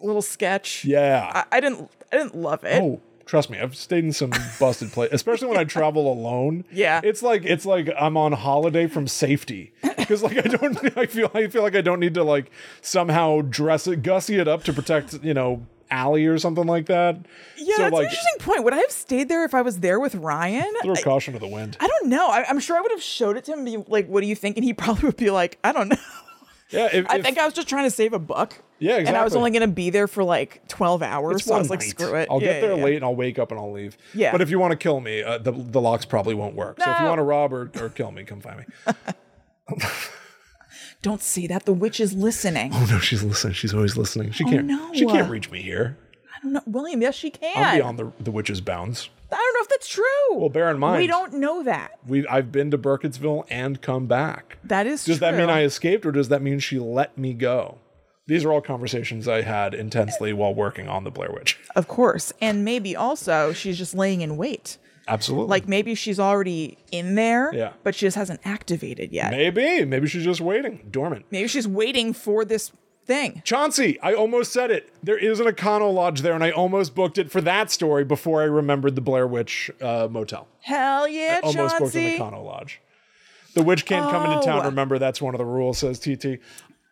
Speaker 2: a little sketch?
Speaker 1: Yeah.
Speaker 2: I, I didn't I didn't love it.
Speaker 1: Oh, trust me, I've stayed in some busted place, especially when I travel alone.
Speaker 2: Yeah.
Speaker 1: it's like it's like I'm on holiday from safety because like I don't, I feel I feel like I don't need to like somehow dress it, gussy it up to protect you know Allie or something like that.
Speaker 2: Yeah,
Speaker 1: so
Speaker 2: that's an
Speaker 1: like
Speaker 2: interesting point. Would I have stayed there if I was there with Ryan?
Speaker 1: throw caution to the wind.
Speaker 2: I don't know. I, I'm sure I would have showed it to him and be like, what do you think? And he probably would be like, I don't know.
Speaker 1: Yeah, if,
Speaker 2: I
Speaker 1: if-
Speaker 2: think I was just trying to save a buck.
Speaker 1: Yeah,
Speaker 2: And I was
Speaker 1: exactly.
Speaker 2: only going to be there for like 12 hours.
Speaker 1: it's
Speaker 2: so I
Speaker 1: one
Speaker 2: was like,
Speaker 1: night.
Speaker 2: screw it.
Speaker 1: I'll
Speaker 2: Yeah,
Speaker 1: get there
Speaker 2: yeah, yeah.
Speaker 1: late and I'll wake up and I'll leave.
Speaker 2: Yeah.
Speaker 1: But if you want to kill me, uh, the the locks probably won't work. So if you
Speaker 2: No.
Speaker 1: want to rob or, or kill me, come find me.
Speaker 2: Don't say that. The witch is listening.
Speaker 1: Oh no, she's listening. She's always listening. She can't.
Speaker 2: Oh, no.
Speaker 1: She can't reach me here.
Speaker 2: I don't know. William, yes, she can.
Speaker 1: I'm beyond the the witch's bounds.
Speaker 2: I don't know if that's true.
Speaker 1: Well, bear in mind,
Speaker 2: we don't know that.
Speaker 1: we- I've been to Burkittsville and come back.
Speaker 2: That is
Speaker 1: Does
Speaker 2: true.
Speaker 1: that mean I escaped, or does that mean she let me go? These are all conversations I had intensely while working on the Blair Witch.
Speaker 2: Of course. And maybe also she's just laying in wait.
Speaker 1: Absolutely.
Speaker 2: Like maybe she's already in there,
Speaker 1: Yeah.
Speaker 2: but she just hasn't activated yet.
Speaker 1: maybe, maybe she's just waiting, dormant.
Speaker 2: Maybe she's waiting for this thing.
Speaker 1: Chauncey, I almost said it. There is an Econo Lodge there, and I almost booked it for that story before I remembered the Blair Witch uh, Motel.
Speaker 2: Hell yeah,
Speaker 1: Almost booked an
Speaker 2: Chauncey.
Speaker 1: Econo Lodge. The witch can't come into town.
Speaker 2: Oh.
Speaker 1: Remember, that's one of the rules, says TT.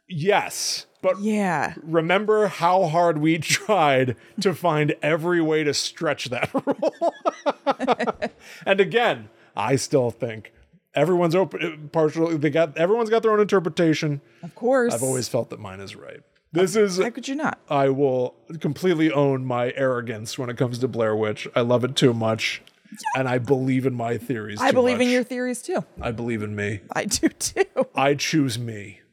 Speaker 1: Yes, but
Speaker 2: Yeah.
Speaker 1: remember how hard we tried to find every way to stretch that rule. and again, I still think everyone's open uh, partially they got everyone's got their own interpretation.
Speaker 2: Of course.
Speaker 1: I've always felt that mine is right. This is
Speaker 2: How could you not?
Speaker 1: I will completely own my arrogance when it comes to Blair Witch. I love it too much. And I believe in my theories.
Speaker 2: I
Speaker 1: too
Speaker 2: believe in
Speaker 1: much.
Speaker 2: your theories too.
Speaker 1: I believe in me.
Speaker 2: I do too.
Speaker 1: I choose me.